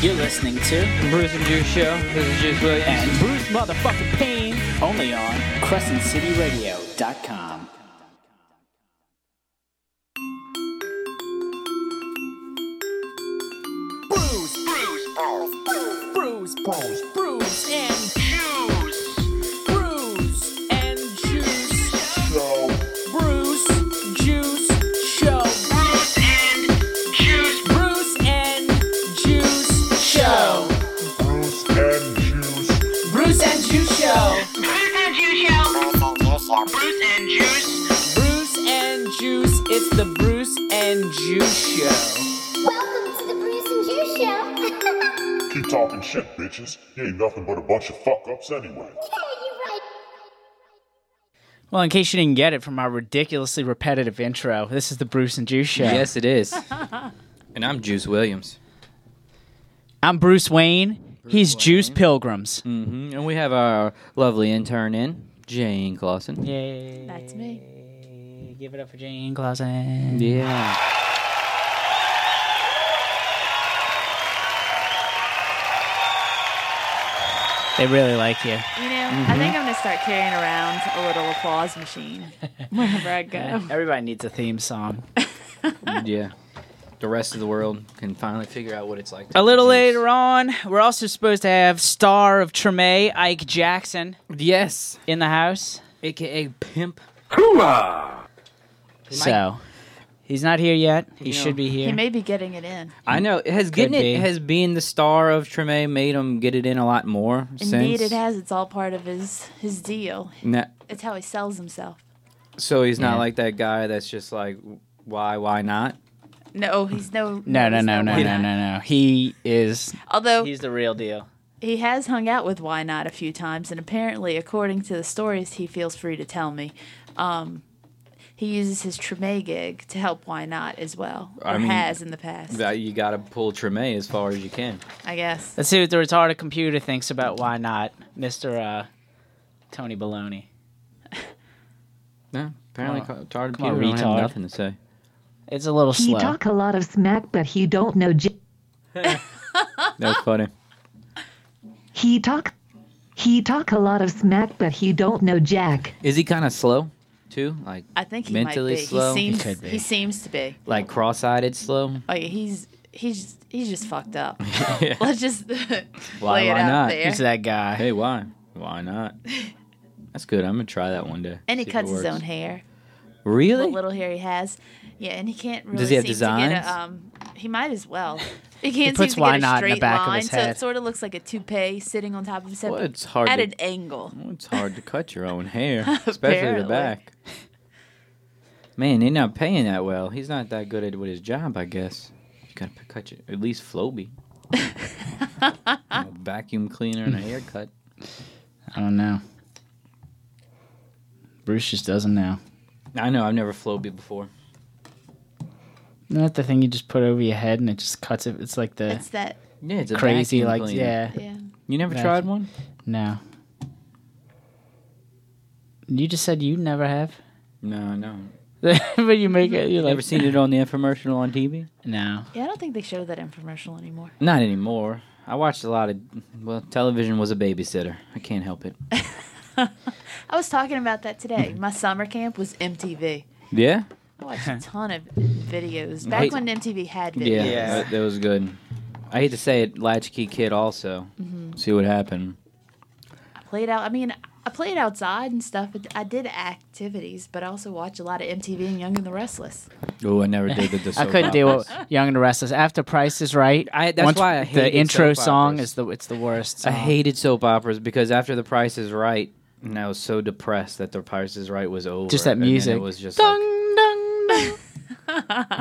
You're listening to Bruce and Juice Show. This is Juice Williams. And Bruce motherfucking Payne. only on CrescentCityRadio.com. Bruce, Bruce, Bruce, Bruce, Bruce, and Juice. Bruce and Juice. Bruce, Juice, Show. Bruce and Juice. Bruce and Juice Show. Bruce and Juice. Bruce and Juice Show. Bruce and Juice Show. Bruce and Juice. Bruce and Juice. It's the Bruce and Juice Show. Welcome to the Bruce and Juice Show. yeah, Keep talking shit, bitches. You ain't nothing but a bunch of fuck ups anyway. you're right. Well, in case you didn't get it from our ridiculously repetitive intro, this is the Bruce and Juice Show. Yes, it is. and I'm Juice Williams. I'm Bruce Wayne. Mm. He's Juice Pilgrims. hmm And we have our lovely intern in, Jane Clausen. Yeah. Yay. That's me. Give it up for Jane Clausen. They really like you. You know, I Mm-hmm. think I'm gonna start carrying around a little applause machine wherever I go. Everybody needs a theme song. Yeah. The rest of the world can finally figure out what it's like. To A little juice. later on, we're also supposed to have star of Treme, Ike Jackson, Yes. in the house. AKA Pimp. So he's not here yet. He You know, should be here. He may be getting it in. I know. Has getting be. it has being the star of Treme made him get it in a lot more since. Indeed, it has. It's all part of his his deal. Na- It's how he sells himself. so he's Yeah. not like that guy that's just like, why, why not? No, he's no. no, no, he's no, no, why no, not. no, no. He is. Although He's the real deal. he has hung out with Why Not a few times, and apparently, according to the stories he feels free to tell me, um, he uses his Treme gig to help Why Not as well, or I mean, has in the past. That you got to pull Treme as far as you can. I guess. Let's see what the retarded computer thinks about why not, Mister uh, Tony Baloney. No, apparently, Come co- retarded come on, people don't have retard. nothing to say. It's a little He slow. talk a lot of smack, but he don't know. J- That's funny. he talk, he talk a lot of smack, but he don't know Jack. Is he kind of slow, too? Like I think he mentally might be. slow. He seems. could be. he seems to be. like cross-eyed slow? Like Oh, he's he's he's just fucked up. Let's just lay Why- why it out not? there. He's that guy. Hey, why? Why not? That's good. I'm gonna try that one day. And he See if it cuts his works. own hair. Really? What little hair he has. Yeah, and he can't really. Does he have seem to get designs? a, um, he might as well. He can't puts seem to why get a not in straight the back of line, his so head. it sort of looks like a toupee sitting on top of his head. Well, but it's hard at to- an angle. Well, it's hard to cut your own hair, especially the Apparently. back. Man, they're not paying that well. He's not that good at with his job, I guess. You gotta p- cut your at least Floby. You know, vacuum cleaner and a haircut. I don't know. Bruce just doesn't know. I know. I've never Floby before. Isn't that the thing you just put over your head and it just cuts it? It's like the It's that. Yeah, it's a crazy, vacuum like cleaner. yeah. Yeah. You never Vacuum. tried one? No. You just said you never have, No, no. but you make it. You're You like, ever seen it on the infomercial on TV? no. Yeah, I don't think they show that infomercial anymore. Not anymore. I watched a lot of. Well, television was a babysitter. I can't help it. I was talking about that today. My summer camp was MTV. Yeah. I watched a ton of videos back Wait. when MTV had Yeah, videos. Yeah. That, that was good. I hate to say it, Latchkey Kid also. Mm-hmm. See what happened. played out. I mean, I played outside and stuff. But I did activities, but I also watched a lot of MTV and Young and the Restless. Oh, I never did the. the I soap couldn't deal with operas. Young and the Restless. After Price is Right, I- that's once why I the hated intro soap song operas. is the it's the worst. I song. hated soap operas because after The Price is Right, and I was so depressed that The Price is Right was over. Just that and then music. it was just. Like,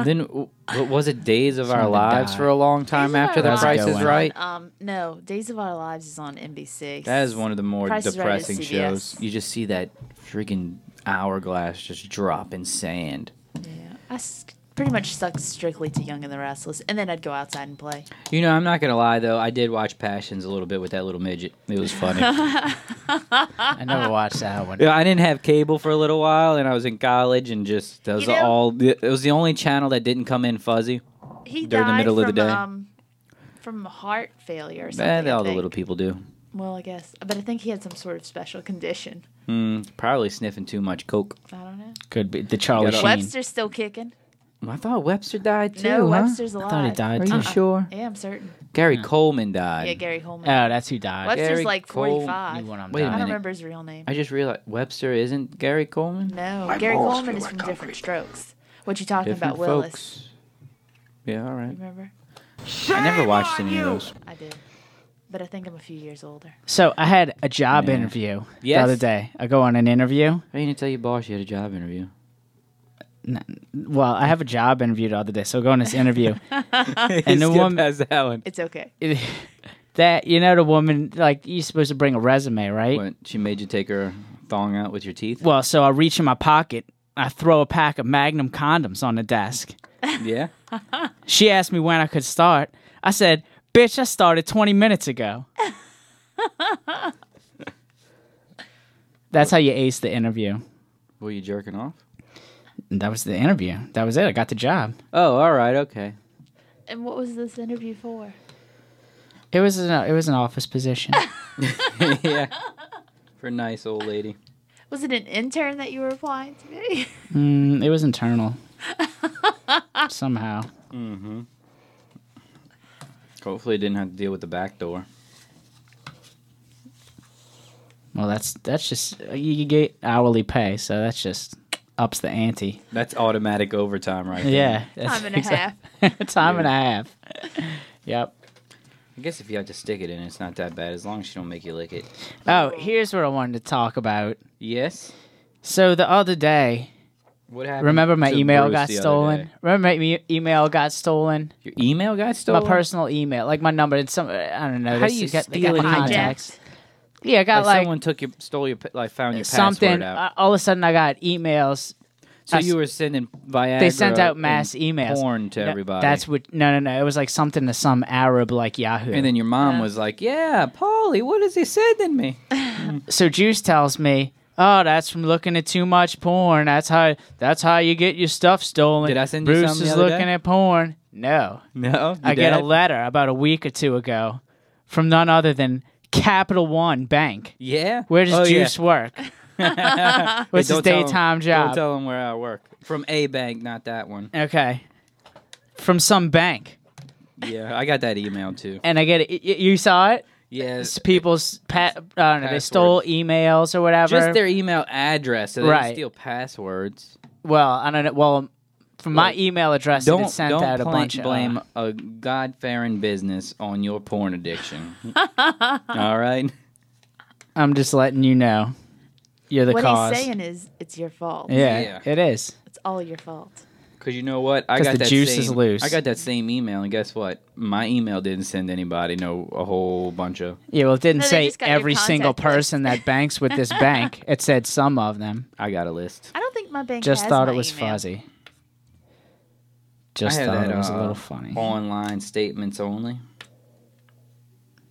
then w- what was it? Days of Our Someone Lives died. for a long time after The Lives is a Price good is one. Right. Um, no, Days of Our Lives is on NBC. That is one of the more Price is Right is depressing CBS. shows. You just see that freaking hourglass just drop in sand. Yeah, I s- pretty much stuck strictly to Young and the Restless, and then I'd go outside and play. You know, I'm not gonna lie though. I did watch Passions a little bit with that little midget. It was funny. yeah, I never watched that one. I didn't have cable for a little while, and I was in college, and just that was You know- all. It was the only channel that didn't come in fuzzy. He During the died middle of from the day. um, from heart failure or something. That I Eh, all the think. little people do. Well, I guess, but I think he had some sort of special condition. Mm, probably sniffing too much coke. I don't know. Could be the Charlie Got a- Sheen. Webster's still kicking. I thought Webster died too. no, huh? Webster's I alive. thought he died. Are too. you sure? Yeah, I'm certain. Gary Coleman died. Yeah, Gary Holman. Oh, that's who died. Webster's Gary like Cole- 45. You want him Wait a I died. don't minute. remember his real name. I just realized Webster isn't Gary Coleman. No, Gary Coleman is from Different Strokes. What you talking Different about, Willis? folks. Yeah, all right. Remember? I never watched any of those. I did, but I think I'm a few years older. So I had a job Yeah. interview the Yes. other day. I go on an interview. I didn't tell your boss you had a job interview. Well, I have a job interview the other day, so I go on this interview. and the woman has that one. It's okay. that you know the woman like you're supposed to bring a resume, right? What, she made you take her thong out with your teeth. Well, so I reach in my pocket, I throw a pack of Magnum condoms on the desk. Yeah. She asked me when I could start. I said, "Bitch, I started 20 minutes ago." That's how you ace the interview. Were you jerking off? And that was the interview. That was it. I got the job. Oh, all right. Okay. And what was this interview for? It was an, it was an office position. yeah. For a nice old lady. Was it an intern that you were applying to be? Mm, it was internal. Somehow. Hopefully, didn't have to deal with the back door. Well, that's that's just you you get hourly pay, so that's just ups the ante. That's automatic overtime, right? there. Yeah, that's Time and a half. half. time and a half. Yep. I guess if you have to stick it in, it's not that bad as long as she don't make you lick it. Oh, here's what I wanted to talk about. Yes. So the other day, What happened? remember my to email Bruce got the other stolen. day? Remember my e- email got stolen. Your email got My stolen. personal email, like my number. It's some. I don't know. How this- do you it got, they steal got an the email? contacts. Yeah, I got Like, like, someone took your stole your pa- like found your something. password out. uh, all of a sudden, I got emails so I s- you were sending Viagra. they sent out and mass emails porn to No, everybody. that's what no no no it was like something to some arab like yahoo and then your mom was like, "Yeah, Polly, what is he sending me?" so juice tells me oh that's from looking at too much porn that's how that's how you get your stuff stolen Did I send you bruce something the is other looking day? at porn no No, i your get a dad? letter about a week or two ago from none other than capital one bank Yeah, where does Oh, yeah. juice work what's Hey, his don't tell him- daytime Don't job tell him where I work. From a bank, not that one. okay from some bank Yeah, I got that email too. and i get it y- y- you saw it Yeah, s- people's pa- I don't know, they Passwords. stole emails or whatever. just their email address. So they don't Right. steal passwords. well, I don't know. Well, from my Like, email address, it Don't had sent don't out a pla- bunch blame of. uh, a God-fearing business on your porn addiction. All right, I'm just letting you know, you're the what cause. he's saying is, it's your fault. yeah, Yeah. it is. It's all your fault. because you know what? I 'Cause got the that juice same, is loose. I got that same email, and guess what? My email didn't send anybody no a whole bunch of. Yeah, well, it didn't No, they say just got your every single contact list. person that banks with this bank. It said some of them. I got a list. I don't think my bank Just has thought my it was email. fuzzy. Just I had thought that, it was a uh, little funny. Online statements only.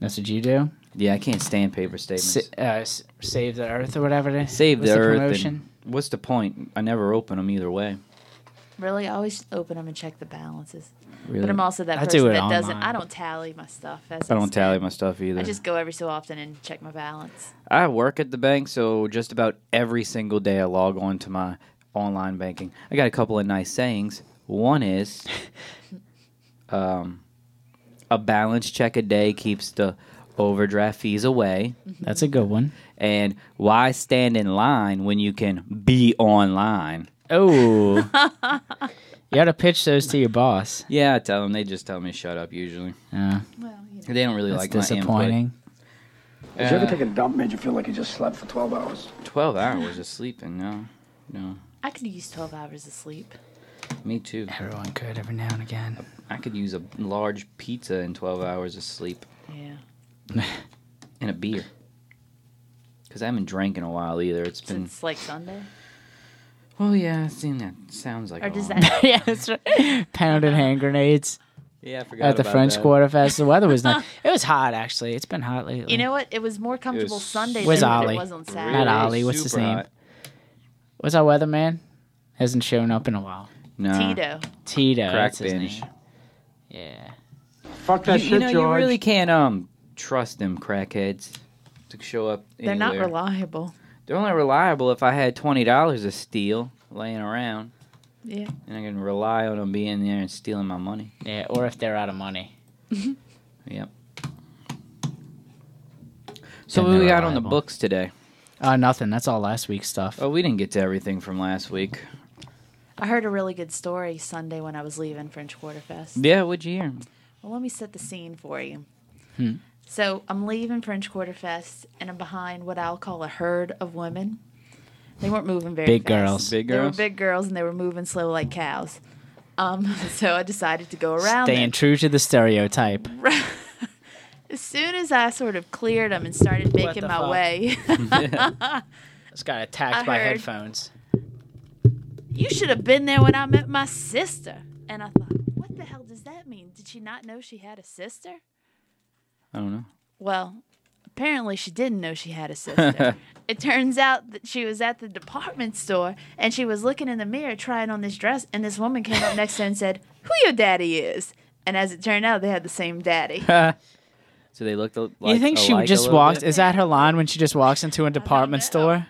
That's what you do. Yeah, I can't stand paper statements. Sa- uh, s- save the earth or whatever. It is. Save What's the, earth. and promotion? what's the point? I never open them either way. Really, I always just open them and check the balances. Really, But I'm also that I do person it that doesn't. online. I don't tally my stuff. As I don't tally tally. my stuff either. I I, just go every so often and check my balance. work at the bank, so just about every single day I log on to my online banking. I got a couple of nice sayings. One is, um, a balance check a day keeps the overdraft fees away, That's a good one. and why stand in line when you can be online? Oh. you got to pitch those to your boss. Yeah, I tell them. They just tell me shut up usually. Yeah, Well, you know. They don't really that's like my input. disappointing. Did you ever take a dump made you feel like you just slept for 12 hours? Twelve hours of sleeping. No, no, I could use 12 hours of sleep. me too. Everyone could every now and again. I could use a large pizza and 12 hours of sleep Yeah. and a beer. Because I haven't drank in a while either. It's been. Since like Sunday. Well, yeah, I've seen that. Sounds like. Or a does Oh. long- that. yeah, that's right. Pounded hand grenades Yeah, I forgot at the about French that. Quarter Fest. The weather was nice. It was hot actually. It's been hot lately. You know what? It was more comfortable Sunday Where's than Ollie? it was on Saturday. Not Ollie, what's his super name? hot. what's our weatherman? Hasn't shown up in a while. No. Tito. Tito. Crack that's his binge. name. Yeah. Fuck that you, shit, you know, you George. really can't um trust them crackheads to show up. They're not anywhere. reliable. They're only reliable if I had twenty dollars to steal laying around, Yeah. and I can rely on them being there and stealing my money. Yeah, or if they're out of money. Yep. So Then what we they're got on the reliable. books today? Uh, nothing. That's all last week's stuff. Oh, we didn't get to everything from last week. I heard a really good story Sunday when I was leaving French Quarter Fest. Yeah, what'd you hear? Well, let me set the scene for you. Hmm. So I'm leaving French Quarter Fest, and I'm behind what I'll call a herd of women. They weren't moving very Big fast. girls. Big They were girls. big girls, and they were moving slow like cows. Um, so I decided to go around. Staying them. true to the stereotype. As soon as I sort of cleared them and started making the my fuck? way, It's got attacked I by heard. headphones. you should have been there when I met my sister. And I thought, what the hell does that mean? Did she not know she had a sister? I don't know. Well, apparently she didn't know she had a sister. it turns out that she was at the department store and she was looking in the mirror trying on this dress, and this woman came up next to her and said, Who your daddy is? And as it turned out, they had the same daddy. So they looked. al- Like, You think she alike a just little walks? bit? Is that her line when she just walks into a department store?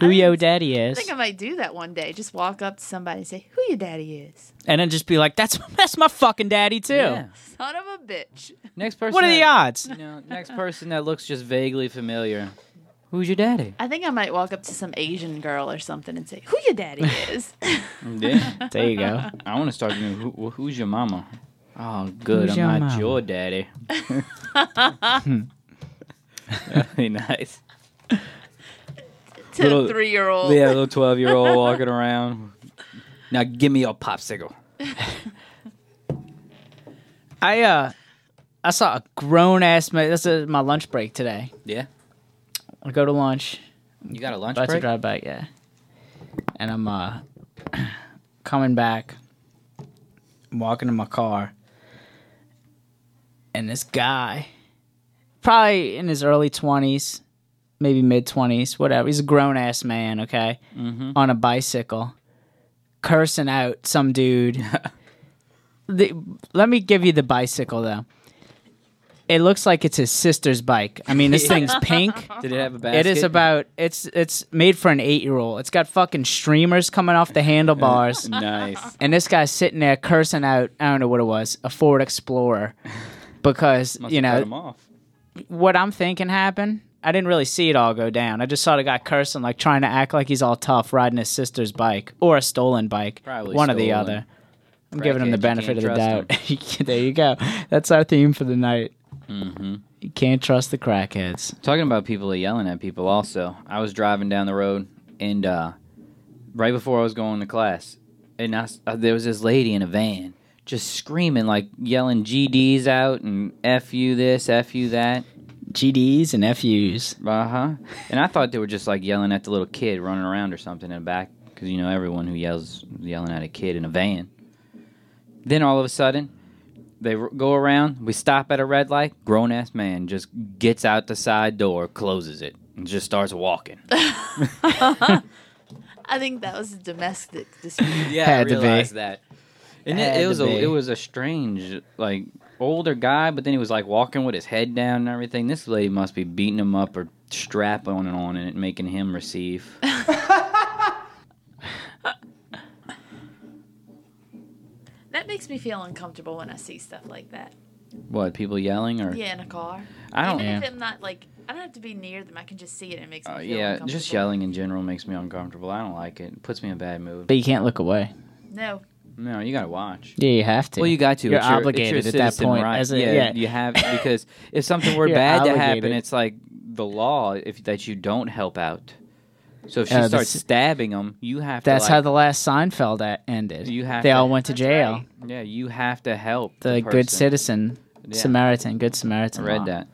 Who yo daddy I is? think I might do that one day. Just walk up to somebody and say, Who your daddy is? And then just be like, "That's that's my fucking daddy too." Yeah. Son of a bitch. Next person. What are the that- odds? You know, next person that looks just vaguely familiar. Who's your daddy? I think I might walk up to some Asian girl or something and say, Who your daddy is? Yeah. There you go. I want to start doing. Who, who- who's your mama? Oh, good. Who's I'm your not mama? your daddy. That'd be nice. to Little- a three year old. Oh. Yeah, little twelve-year-old walking around. Now give me your popsicle. I uh, I saw a grown ass man. This is my lunch break today. Yeah. I go to lunch. You got a lunch About to break? drive back, yeah. And I'm uh coming back. I'm walking to my car. And this guy, probably in his early twenties, maybe mid twenties, whatever. He's a grown ass man, okay? Mm-hmm. On a bicycle, cursing out some dude. the, let me give you the bicycle though. It looks like it's his sister's bike. I mean, this thing's pink. Did it have a It basket? is about it's it's made for an eight year old. It's got fucking streamers coming off the handlebars, nice. and this guy's sitting there cursing out. I don't know what it was, a Ford Explorer, because Must you have cut him know off. what I'm thinking happened. I didn't really see it all go down. I just saw the guy cursing, like trying to act like he's all tough, riding his sister's bike or a stolen bike, Probably one or the stolen. other. I'm giving him the Crackhead, you benefit of the can't doubt. there you go. That's our theme for the night. Mm-hmm. You can't trust the crackheads. Talking about people that yelling at people. Also, I was driving down the road, and uh, right before I was going to class, and I s uh, there was this lady in a van just screaming, like yelling GDs out and "f you this, f you that." GDs and FUs. Uh huh. And I thought they were just like yelling at the little kid running around or something in the back, because you know everyone who yells yelling at a kid in a van. Then all of a sudden, they r- go around. We stop at a red light. Grown ass man just gets out the side door, closes it, and just starts walking. I think that was a domestic dispute. yeah, Had to be. that. And Had it, it to was a be. it was a strange like older guy, but then he was like walking with his head down and everything. This lady must be beating him up or strap on and on and making him receive. that makes me feel uncomfortable when I see stuff like that. What people yelling or Yeah, in a car. I don't. Even Yeah. if I'm not like, I don't have to be near them. I can just see it. and It makes me Uh, feel yeah, just uncomfortable. yelling in general makes me uncomfortable. I don't like it. It puts me in a bad mood. But you can't look away. No, No, you gotta watch. Yeah, you have to. Well, you got to. You're It's your- it's your obligated at that citizen point. right. As a, yeah, yeah, you have because if something were You're bad to happen, obligated. it's like the law if that you don't help out. So if she Uh, the starts ci- stabbing him, you have to. That's like- how the last Seinfeld a- ended. You have they to- all went to jail. Yeah, you have to help The, the, good person. citizen, Yeah. Samaritan, good I Samaritan. law. read that.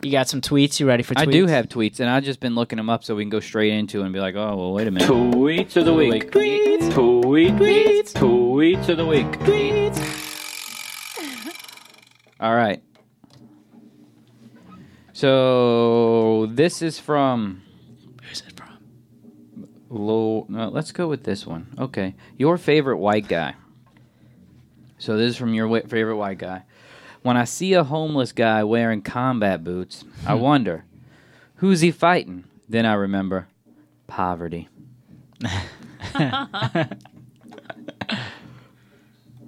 You got some tweets. You ready for? tweets? I do have tweets, and I've just been looking them up so we can go straight into it and be like, oh well, wait a minute. Tweets of the week. Tweets. Tweets. Tweets of the week. Tweets. All right. So this is from Who's it from? Low. No, let's go with this one. Okay, your favorite white guy. So this is from your whi- favorite white guy. When I see a homeless guy wearing combat boots, I wonder, who's he fighting? Then I remember, poverty.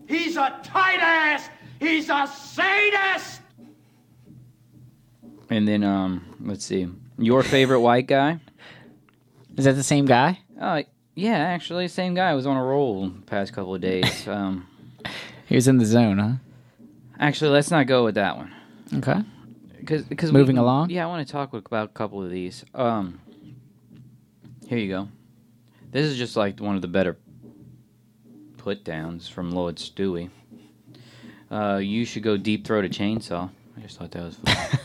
He's a tight ass. He's a sadist. And then, um, let's see, your favorite white guy? Is that the same guy? Uh, yeah, actually, same guy. I was on a roll past couple of days. Um, He was in the zone, huh? actually, let's not go with that one. Okay. Cause, 'cause Moving along? Yeah, I want to talk with- about a couple of these. Um, here you go. This is just like one of the better put downs from Lord Stewie. Uh, you should go deep throat a chainsaw. I just thought that was fun.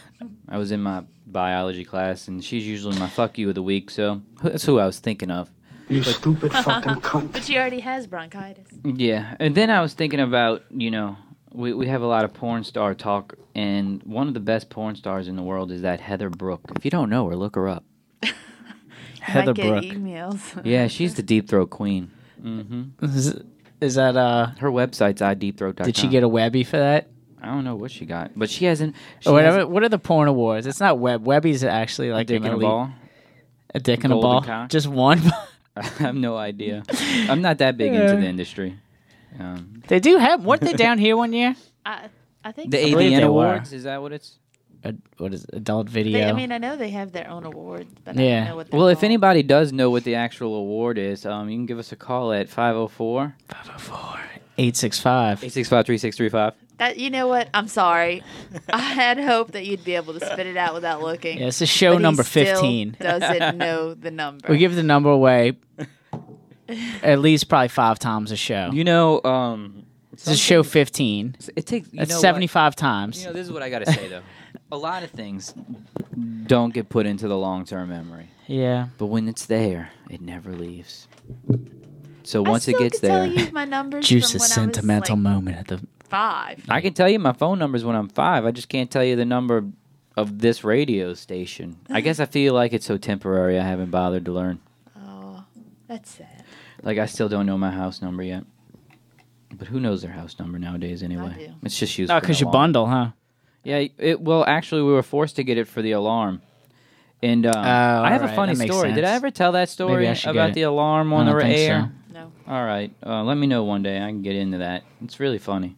I was in my biology class, and she's usually my fuck you of the week, so that's who I was thinking of. You stupid fucking cunt. But she already has bronchitis. Yeah, and then I was thinking about you know we we have a lot of porn star talk, and one of the best porn stars in the world is that Heather Brooke. If you don't know her, look her up. Heather Might get Brooke. emails. Yeah, she's the deep throat queen. Is, is that uh? Her website's ideepthroat.com. Did she get a Webby for that? I don't know what she got, but she hasn't. She Or whatever. hasn't- What are the porn awards? It's not Web. Webby's actually like Dick an in a elite- ball. A dick and a Golden ball. cock. Just one. I have no idea. I'm not that big into the industry. Um, they do have. Weren't they down here one year? I, I think the so. believe AVN they were. Awards is that what it's? Ad- what is it? adult video? They, I mean, I know they have their own award, but I Yeah. don't know what they're Well, if called. anybody does know what the actual award is, um, you can give us a call at 504 eight six five. 865 3635. That, you know what? I'm sorry. I had hoped that you'd be able to spit it out without looking. Yeah, this is show but he number still fifteen. doesn't know the number. We give the number away at least probably five times a show. You know, um, this is show fifteen. it takes you That's know what? seventy five times. You know, this is what I gotta say though. a lot of things don't get put into the long-term memory, yeah. but when it's there, it never leaves. So I once it still gets could there, Tell you my numbers Juice from a when sentimental I was, like, moment at the Five. I can tell you my phone numbers when I'm five. I just can't tell you the number of this radio station. I guess I feel like it's so temporary. I haven't bothered to learn. That's sad. Like I still don't know my house number yet. But who knows their house number nowadays anyway? do. It's just used. Oh, for because you alarm. bundle, huh? Yeah, it well actually we were forced to get it for the alarm. And um, I have a alright, funny Oh, that makes story. Did I sense. ever tell that story Maybe I should get about it. the alarm on I the don't think air? No. All right, uh, let me know one day. I can get into that. It's really funny,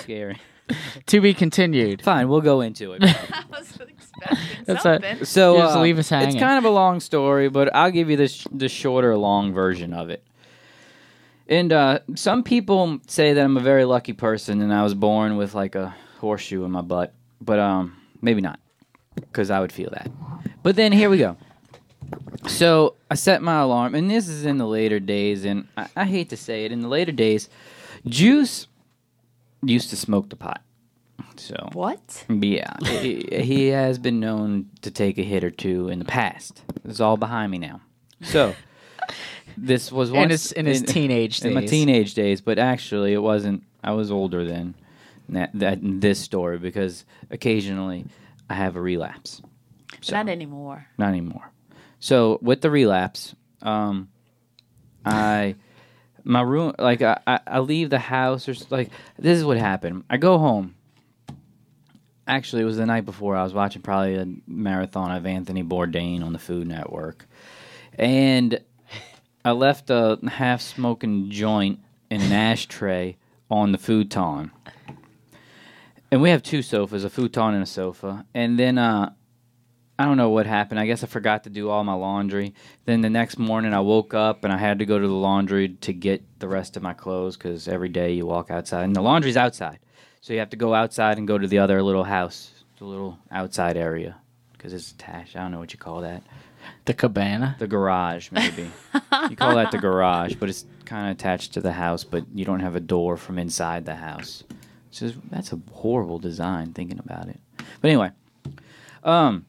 scary. so. To be continued. Fine, we'll go into it. I was expecting That's a- something. So You just uh, leave us It's hanging. kind of a long story, but I'll give you this the shorter, long version of it. And uh, some people say that I'm a very lucky person, and I was born with like a horseshoe in my butt, but um, maybe not, because I would feel that. But then here we go. So I set my alarm, and this is in the later days, and I, I hate to say it, in the later days, Juice used to smoke the pot. So What? Mm, yeah, he, he has been known to take a hit or two in the past. It's all behind me now. So this was once In his in his teenage in days. my teenage days, but actually it wasn't. I was older than that, that this story because occasionally I have a relapse. Not anymore. Not anymore. So with the relapse, um, I my room like I, I, I leave the house or s- like this is what happened. I go home. Actually, it was the night before. I was watching probably a marathon of Anthony Bourdain on the Food Network, and I left a half smoking joint in an ashtray on the futon. And we have two sofas, a futon and a sofa. And then uh, I don't know what happened. I guess I forgot to do all my laundry. Then the next morning, I woke up and I had to go to the laundry to get the rest of my clothes because every day you walk outside and the laundry's outside. So you have to go outside and go to the other little house, the little outside area because it's attached. I don't know what you call that. the cabana. The garage, maybe. you call that the garage, but it's kind of attached to the house, but you don't have a door from inside the house. Which is, that's a horrible design thinking about it. But anyway, um,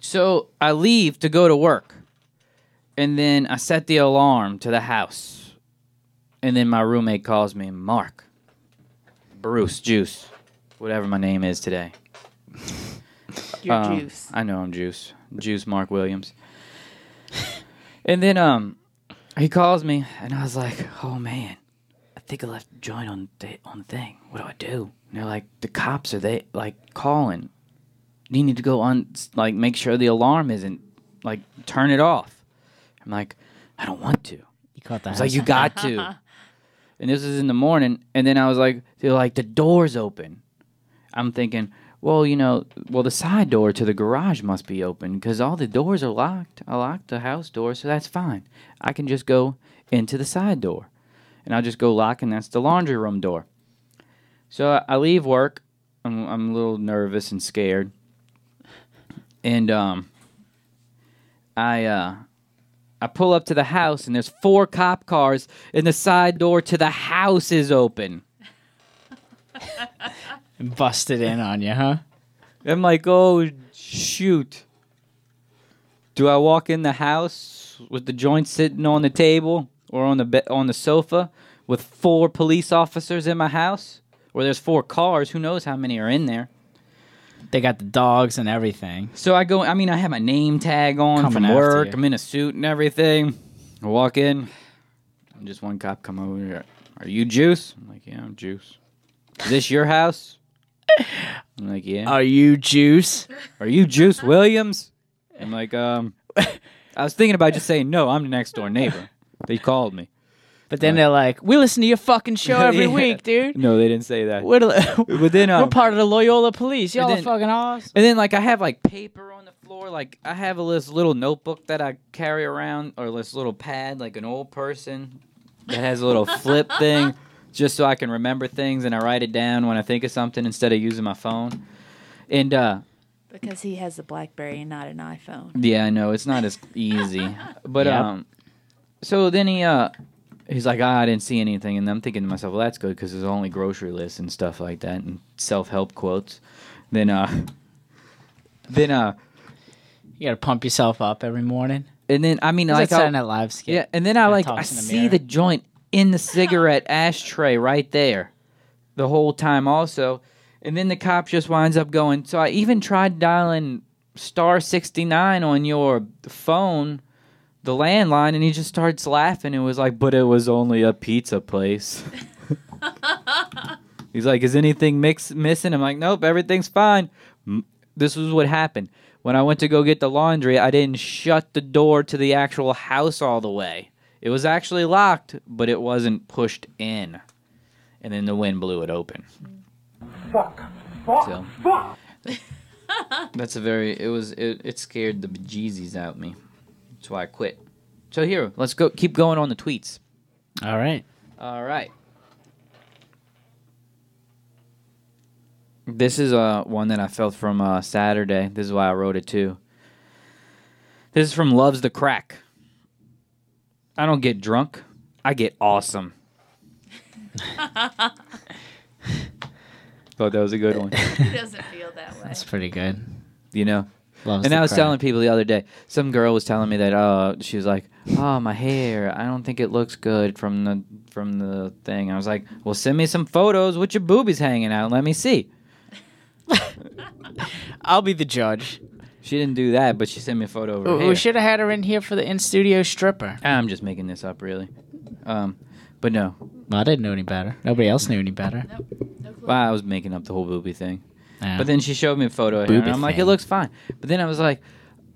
so I leave to go to work, and then I set the alarm to the house, and then my roommate calls me Mark, Bruce, Juice, whatever my name is today. Your Uh, Um, juice. I know I'm Juice. Juice Mark Williams. and then um he calls me and I was like, "Oh man. I think I left the joint on the on the thing. What do I do? And they're like, the cops are they like calling? You need to go on like make sure the alarm isn't like turn it off. I'm like, I don't want to. You caught that. It's like you got to. and this is in the morning, and then I was like, they're like the door's open. I'm thinking, well, you know, well the side door to the garage must be open because all the doors are locked. I locked the house door, so that's fine. I can just go into the side door, and I'll just go lock, and that's the laundry room door. So I- I leave work. I'm, I'm a little nervous and scared, and um, I uh. I pull up to the house and there's four cop cars and the side door to the house is open. busted in on you, huh? I'm like, oh shoot. Do I walk in the house with the joint sitting on the table or on the be- on the sofa with four police officers in my house? Or there's four cars, who knows how many are in there. They got the dogs and everything. So I go. I mean, I have my name tag on Coming from after work. you. I'm in a suit and everything. I walk in, and just one cop come over. here. Are you Juice? I'm like, yeah, I'm Juice. Is this your house? I'm like, yeah. Are you juice? Are you Juice Williams? I'm like, um, I was thinking about just saying no. I'm the next door neighbor. They called me. But then they're like, we listen to your fucking show every Yeah. week, dude. No, they didn't say that. We're, the- But then, we're um, part of the Loyola police. Y'all are then- fucking awesome. And then like I have like paper on the floor. Like I have a this little notebook that I carry around, or this little pad, like an old person that has a little flip thing, just so I can remember things and I write it down when I think of something instead of using my phone. And uh Because he has a Blackberry and not an iPhone. yeah, I know it's not as easy, but Yep. um, so then he uh, he's like, ah, I didn't see anything, and I'm thinking to myself, well, that's good because there's only grocery lists and stuff like that and self help quotes. Then uh, then uh, You gotta pump yourself up every morning. and then I mean, It's like, like Saturday I'll- Night Live skit. yeah, and then I Yeah, like I toss in the see mirror. the joint in the cigarette ashtray right there, the whole time also, and then the cop just winds up going. So I even tried dialing star sixty nine on your phone, the landline, and he just starts laughing and was like, "But it was only a pizza place." He's like, "Is anything mix- missing?" I'm like, "Nope, everything's fine." M- This is what happened. When I went to go get the laundry, I didn't shut the door to the actual house all the way. It was actually locked, but it wasn't pushed in. And then the wind blew it open. Fuck. Fuck. that's a very it was it, it scared the bejesus out of me. That's why I quit. So here, let's go keep going on the tweets. All right. All right. This is uh, one that I felt from uh, Saturday. This is why I wrote it too. This is from Loves the Crack. I don't get drunk, I get awesome. Thought that was a good one. He doesn't feel that way. That's pretty good. You know? Loves and the I was crowd. telling people the other day, some girl was telling me that uh, she was like, "Oh, my hair, I don't think it looks good from the from the thing." I was like, "Well, send me some photos with your boobies hanging out. Let me see." I'll be the judge. She didn't do that, but she sent me a photo of her We hair. should have had her in here for the in studio stripper. I'm just making this up, really. Um, but no, Well, I didn't know any better. Nobody else knew any better. well, I was making up the whole boobie thing. Yeah. But then she showed me a photo of her, and Boobie I'm like, it thing. looks fine. But then I was like,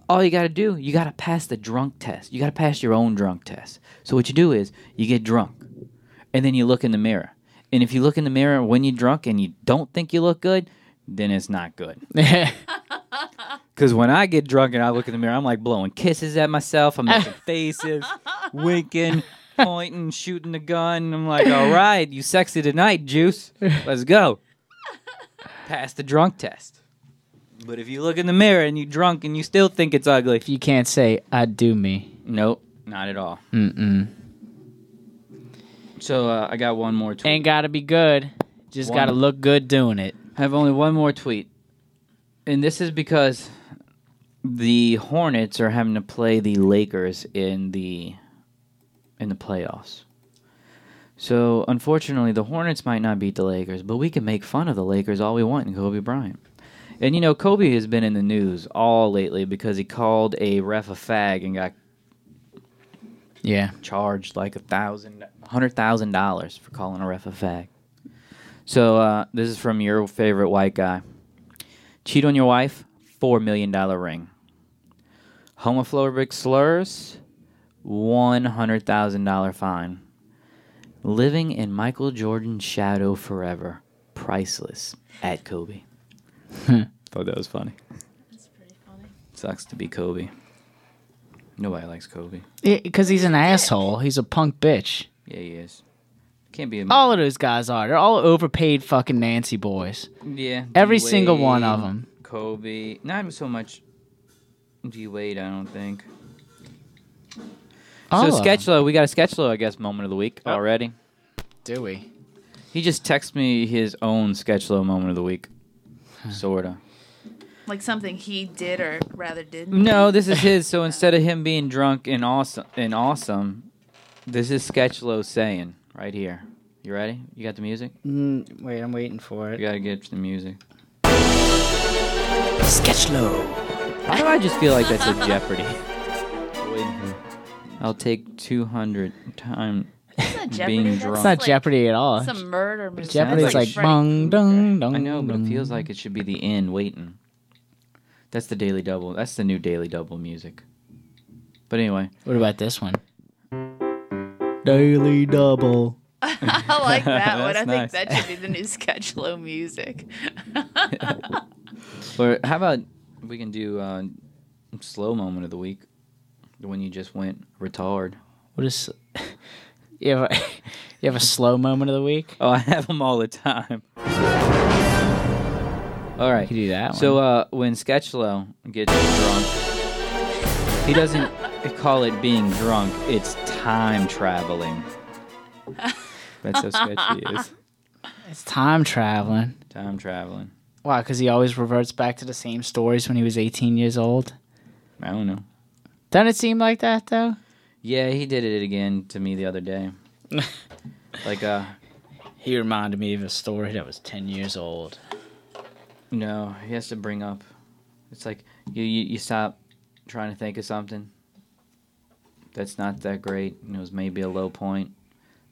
all you gotta do, you gotta pass the drunk test. You gotta pass your own drunk test. So what you do is you get drunk, and then you look in the mirror. And if you look in the mirror when you're drunk and you don't think you look good, then it's not good. Because when I get drunk and I look in the mirror, I'm like blowing kisses at myself. I'm making faces, winking, pointing, shooting the gun. I'm like, all right, you sexy tonight, Juice. Let's go. Pass the drunk test. But if you look in the mirror and you drunk and you still think it's ugly, you can't say I do me. nope, not at all. Mm-mm. So uh, I got one more tweet. Ain't gotta be good. Just One. gotta look good doing it. I have only one more tweet. And this is because the Hornets are having to play the Lakers in the in the playoffs. So unfortunately the Hornets might not beat the Lakers, but we can make fun of the Lakers all we want and Kobe Bryant. And you know, Kobe has been in the news all lately because he called a ref a fag and got Yeah. charged like a thousand, hundred thousand dollars for calling a ref a fag. So uh, this is from your favorite white guy. Cheat on your wife, four million dollar ring. Homophobic slurs, one hundred thousand dollar fine. Living in Michael Jordan's shadow forever, priceless. At Kobe. Thought that was funny. That's pretty funny. Sucks to be Kobe. Nobody likes Kobe. Because he's an asshole. He's a punk bitch. Yeah, he is. Can't be a All of those guys are. They're all overpaid fucking Nancy boys. Yeah. Every D-Wade, single one of them. Kobe. Not even so much D Wade, I don't think. All so of sketch low, we got a sketch low, I guess, moment of the week already. them. Do we? He just texted me his own sketch low moment of the week. Sorta. Like something he did or rather didn't. No, this is his. So instead of him being drunk and awesome and awesome, this is sketch low saying right here. You ready? You got the music? Mm, wait, I'm waiting for You it. gotta get the music. Sketch low. Why do I just feel like that's a Jeopardy? I'll take 200 time. It's not Jeopardy. Being that's drunk. It's It's not like Jeopardy at all. Some murder movie. Jeopardy's sounds like like, Freddy bung, Krueger. dung, dung. I know, but it dung. feels like it should be the end waiting. That's the Daily Double. That's the new Daily Double music. But anyway, What about this one? Daily double. I like that one. I That's think nice. that should be the new sketch low music. or how about we can do uh, slow moment of the week? The one you just went retard. What is? You have a, you have a slow moment of the week. Oh, I have them all the time. All right. You do that. So one. uh, when Sketchlow gets drunk, he doesn't call it being drunk. It's time traveling. That's how sketchy he is. it's time traveling. Time traveling. Why? Because he always reverts back to the same stories when he was 18 years old. I don't know. Doesn't it seem like that though? Yeah, he did it again to me the other day. like, uh, He reminded me of a story that was 10 years old. no, he has to bring up. It's like you you, you stop trying to think of something that's not that great. And it was maybe a low point.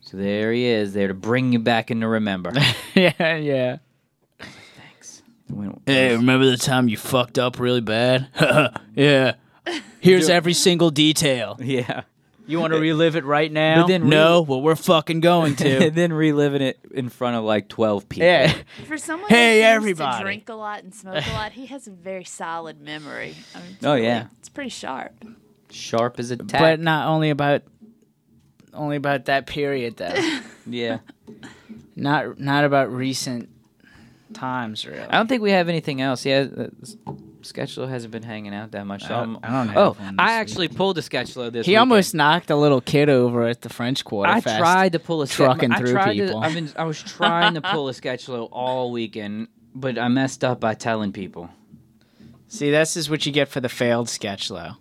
So there he is, there to bring you back into remember. yeah, yeah. Thanks. Went- remember the time you fucked up really bad? yeah. Here's every single detail. Yeah. You want to relive it right now? But then re- no, well, we're fucking going to. and then reliving it in front of like 12 people. yeah. For someone Hey, who everybody. to drink a lot and smoke a lot, he has a very solid memory. I mean, it's Oh, really- yeah. it's pretty sharp. Sharp as a tack. But not only about only about that period though. yeah. not not about recent times really. I don't think we have anything else. Yeah. uh, S- Sketchlow hasn't been hanging out that much. So I don't- I'm- I don't have oh, one this I actually pulled a Sketchlow this He weekend. almost knocked a little kid over at the French Quarter I Fest. tried to pull a sketch- trucking I through tried to- people. I've been, I was trying to pull a Sketchlow all weekend, but I messed up by telling people. See, this is what you get for the failed sketch, though,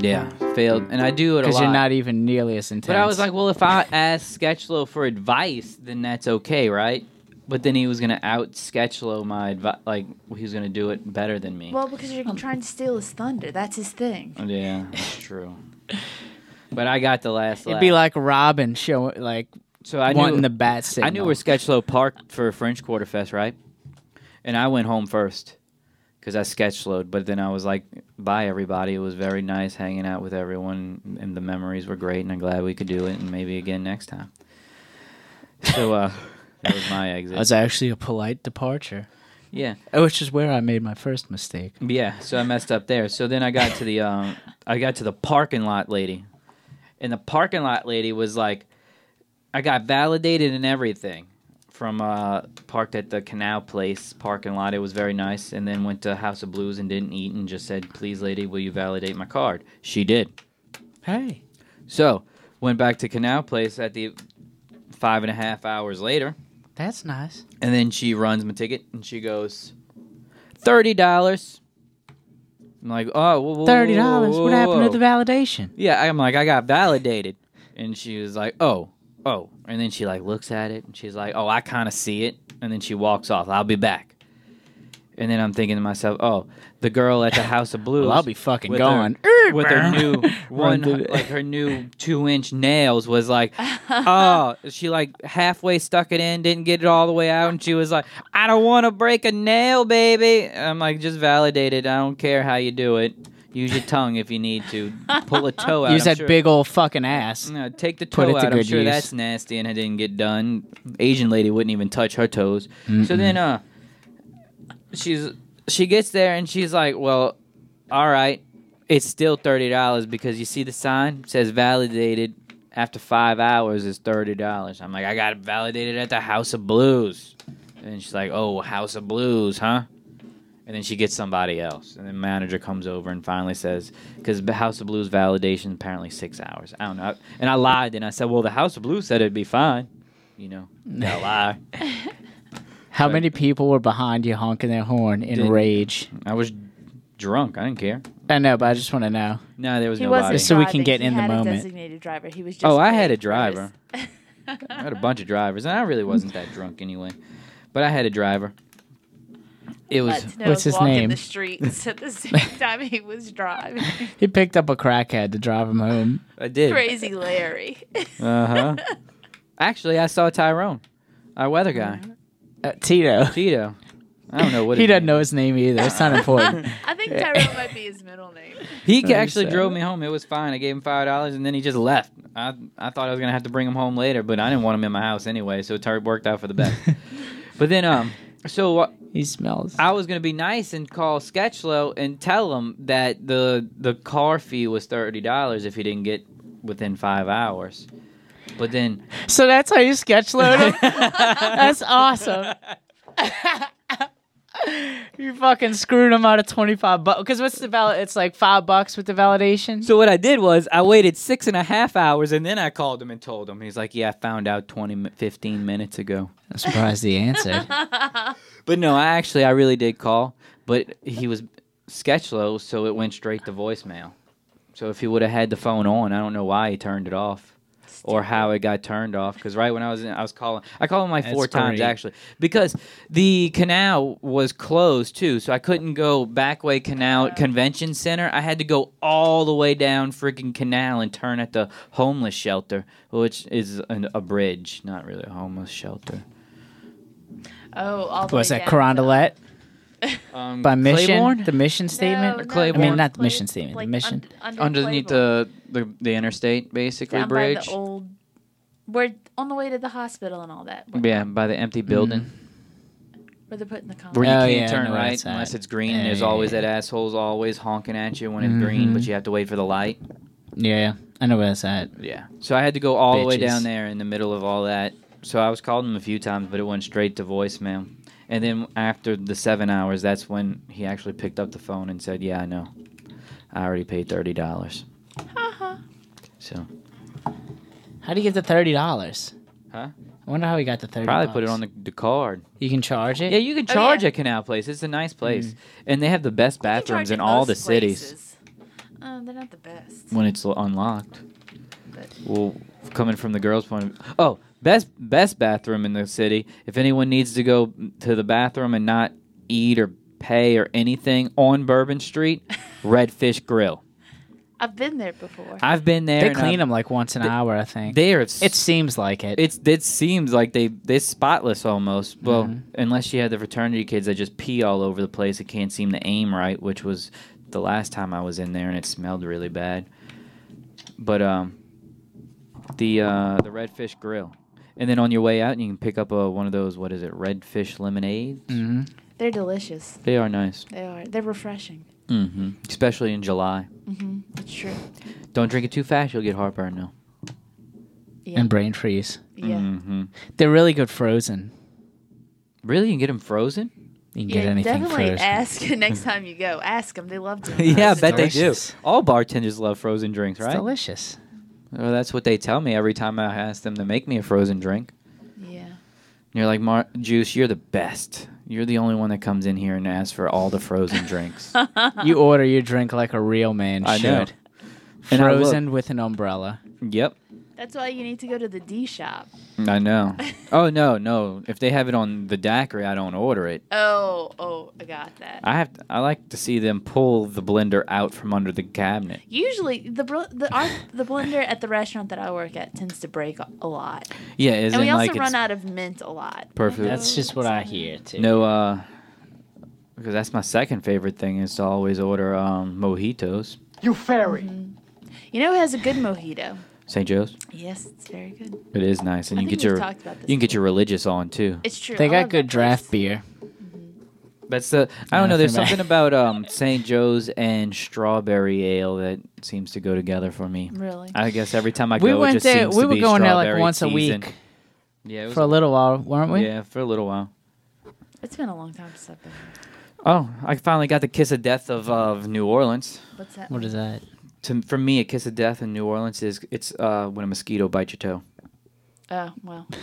Yeah, failed, and I do it a because lot. you're not even nearly as intense. But I was like, well, if I ask Sketchlow for advice, then that's okay, right? But then he was gonna out Sketchlow my advice. Like he was gonna do it better than me. Well, because you're trying to steal his thunder. That's his thing. yeah, that's true. But I got the last. it'd laugh. be like Robin showing, like so I wanting knew the bat signal. I knew where Sketchlow parked for French Quarter Fest, right? And I went home first because I Sketchlowed. But then I was like, "Bye, everybody. It was very nice hanging out with everyone, and the memories were great. And I'm glad we could do it, and maybe again next time." So uh, that was my exit. That was actually a polite departure, Yeah, which is where I made my first mistake. yeah. So I messed up there. So then I got to the um, I got to the parking lot lady, and the parking lot lady was like, I got validated and everything from uh, parked at the Canal Place parking lot. It was very nice, and then went to House of Blues and didn't eat and just said, "Please, lady, will you validate my card?" She did. Hey, So went back to Canal Place at the five and a half hours later. that's nice. And then she runs my ticket and she goes, thirty dollars. I'm like, oh, whoa, whoa, Thirty dollars. whoa, What happened whoa. to the validation? Yeah, I'm like, I got validated, and she was like, oh, oh, and then she like looks at it and she's like, oh, I kind of see it, and then she walks off. I'll be back. And then I'm thinking to myself, oh, the girl at the House of Blues. Well, I'll be fucking with going. Her, with her new Run one, through the- like her new two inch nails was like, oh, she like halfway stuck it in, didn't get it all the way out, and she was like, I don't want to break a nail, baby. I'm like, just validate it. I don't care how you do it. Use your tongue if you need to. Pull a toe out. Use I'm that sure- Mm-hmm. big old fucking ass. no, take the toe Put it to out. I'm good sure use. that's nasty, and it didn't get done. Asian lady wouldn't even touch her toes. So then, uh, she's she gets there and she's like, "Well, all right, it's still thirty dollars because you see the sign It says validated after five hours is thirty dollars." I'm like, "I got it validated at the House of Blues," and she's like, "Oh, House of Blues, huh?" And then she gets somebody else, and then manager comes over and finally says, "Because House of Blues validation apparently six hours. I don't know." And I lied and I said, "Well, the House of Blues said it'd be fine," you know. I lie. How many people were behind you honking their horn in Didn't- rage? I was drunk. I didn't care. I know, but I just want to know. No, there was He nobody. wasn't So we can driving. get He in the had a moment. designated driver. He was just Oh, I had paid a for driver. I had a bunch of drivers, and I really wasn't that drunk anyway. But I had a driver. It his- was but no, What's his walking name? The streets at the same time he was driving. He picked up a crackhead to drive him home. I did. Crazy Larry. Uh huh. Actually, I saw Tyrone, our weather guy, Uh-huh. Uh, Tito. Tito. I don't know what He his doesn't name know his name either. It's not important. I think Tyrone might be his middle name. He Very actually sad. drove me home. It was fine. I gave him five dollars, and then he just left. I I thought I was gonna have to bring him home later, but I didn't want him in my house anyway, so it tur- worked out for the best. but then, um, so uh, he smells. I was gonna be nice and call Sketchlow and tell him that the the car fee was thirty dollars if he didn't get within five hours. But then So that's how you sketch load him? that's awesome. you fucking screwed him out of 25 bucks. Because what's the valid? It's like five bucks with the validation. So what I did was I waited six and a half hours and then I called him and told him. He's like, "Yeah, I found out 20, mi- 15 minutes ago." I'm surprised he answered. But no, I actually I really did call, but he was sketch low, so it went straight to voicemail. So if he would have had the phone on, I don't know why he turned it off. Or how it got turned off? Because right when I was in, I was calling. I called him like four That's times great. actually, because the canal was closed too, so I couldn't go Backway Canal Convention Center. I had to go all the way down freaking canal and turn at the homeless shelter, which is an, a bridge, not really a homeless shelter. Oh, all the Was way that down. Carondelet? Um, By mission? Claiborne? The mission No, statement? no, Claiborne. I mean, not the Clay- mission statement. like the mission. under, underneath Claiborne. the, the the interstate basically down bridge By the old, we're on the way to the hospital and all that. Where, yeah by the empty building where they're putting the con- where you Mm. Oh, yeah, I can't know turn where right it's at. unless it's green Yeah, there's yeah, Mm-hmm. always that asshole's always honking at you when it's green but you have to wait for the light yeah, I know where that's at. yeah so i had to go all the way Bitches. down there in the middle of all that so i was calling him a few times but it went straight to voicemail and then after the seven hours that's when he actually picked up the phone and said yeah i know i already paid $30 so How do you get the $30? Huh? I wonder how he got the 30 probably put it bucks. on the, the card You can charge it? Yeah, you can Oh, charge yeah. at Canal Place. It's a nice place, and they have the best They charge bathrooms in at all the most cities places. Um, they're not the best. when it's l- unlocked. But- Well, coming from the girls' point of view, oh, best best bathroom in the city. If anyone needs to go to the bathroom and not eat or pay or anything on Bourbon Street, Redfish Grill. I've been there before. I've been there. They and clean I've- them like once an hour, I think. There, it's it seems like it. it's it seems like they they spotless almost. Well, Mm-hmm. unless you have the fraternity kids that just pee all over the place, it can't seem to aim right, which was the last time I was in there, and it smelled really bad. But um, the uh, the Redfish Grill, and then on your way out, you can pick up a, one of those what is it, Redfish lemonades. Mm-hmm. they're delicious. They are nice, They are. They're refreshing. hmm especially in July. It's true. Don't drink it too fast; you'll get heartburn. No. Yeah. and brain freeze. yeah. hmm They're really good frozen. Really, you can get them frozen. You can Yeah, get anything definitely frozen. ask next time you go. Ask them. They love doing yeah, I those. bet delicious. they do. All bartenders love frozen drinks, It's right? delicious. Uh-uh. Well, that's what they tell me every time I ask them to make me a frozen drink. Yeah. And you're like, Mar- Juice, you're the best. You're the only one that comes in here and asks for all the frozen drinks. you order your drink like a real man I know. should. And I look- Frozen with an umbrella. Yep. That's why you need to go to the D shop. I know. oh no, no. If they have it on the daiquiri, I don't order it. Oh, oh, I got that. I have. To, I like to see them pull the blender out from under the cabinet. Usually, the br- the our, the blender at the restaurant that I work at tends to break a a lot, Yeah, is and we in also like it's run out of mint a lot. perfect. That's just what I hear too. no, uh, because that's my second favorite thing is to always order um, mojitos. You fairy. You know who has a good mojito? St. Joe's. Yes, it's very good. It is nice, and I you think get your we've talked about you this can get your religious on too. It's true. they I got love good that draft place. beer. That's the I don't know. There's for me. something about um, St. Joe's and strawberry ale that seems to go together for me. Really? I guess every time I go, We it went just there. seems We to were be going there like strawberry once a teas and- week Yeah, it was for a little while, weren't we? yeah for a little while. It's been a long time since I've been. there. Oh, I finally got the kiss of death of, of New Orleans. What's that? What is that? To for me, a kiss of death in New Orleans is it's uh, when a mosquito bites your toe. Oh well, Uh,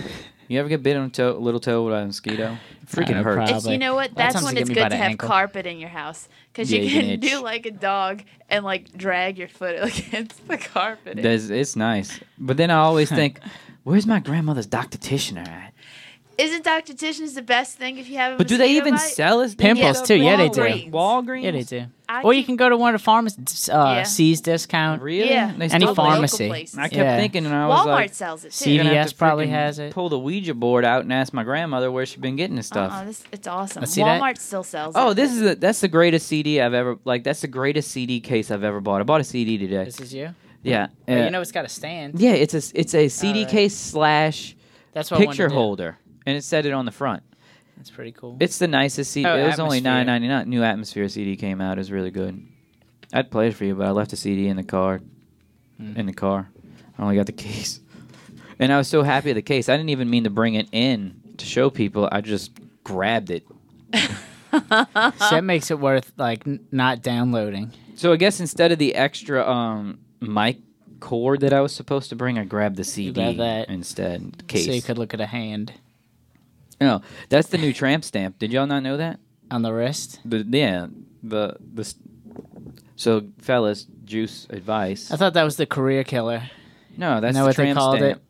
You ever get bit on a toe, little toe by a mosquito? It freaking no hurts. problem. it's you Probably. know what? That That's sounds when to get it's me good by to the have ankle. carpet in your house because Yeah, you you can, can do itch. like a dog and like drag your foot against the carpet. There's- it's nice, but then I always think, where's my grandmother's docticitioner at? Isn't Dr. Tish's the best thing if you have a But do they mosquito even bite? sell us Pimples, things? too. Yeah, they do. Walgreens. Oh, Walgreens. Yeah, they do. I Or you keep- can go to one of the pharmacies, uh, Yeah. C's discount. Really? Yeah. Any They still do? Local pharmacy. places. I kept Yeah. thinking, and I was Walmart like, sells it "You're too. gonna have CVS to probably freaking has it. Pull the Ouija board out and ask my grandmother where she's been getting this stuff. Uh-uh, this, it's awesome. Let's see that. Walmart still sells Oh, it. this is a, that's the greatest CD I've ever like. That's the greatest CD case I've ever bought. I bought a CD today. This is you. yeah, But uh, you know it's got a stand. yeah. It's a it's a CD Alright. case slash That's what I wanted picture to do. holder, and it said it on the front. That's pretty cool. It's the nicest CD. Oh, it was only Atmosphere. nine ninety nine. New Atmosphere CD came out. It was really good. I'd play it for you, but I left the CD in the car. Hmm. In the car, I only got the case, and I was so happy with the case. I didn't even mean to bring it in to show people. I just grabbed it. So that makes it worth like n- not downloading. So I guess instead of the extra um mic cord that I was supposed to bring, I grabbed the CD grabbed that. instead. the Case. So you could look at a hand no, that's the new tramp stamp. Did y'all not know that? on the wrist. The yeah the the. s- So fellas, juice advice. I thought that was the career killer No, that's know the what they tramp called stamp.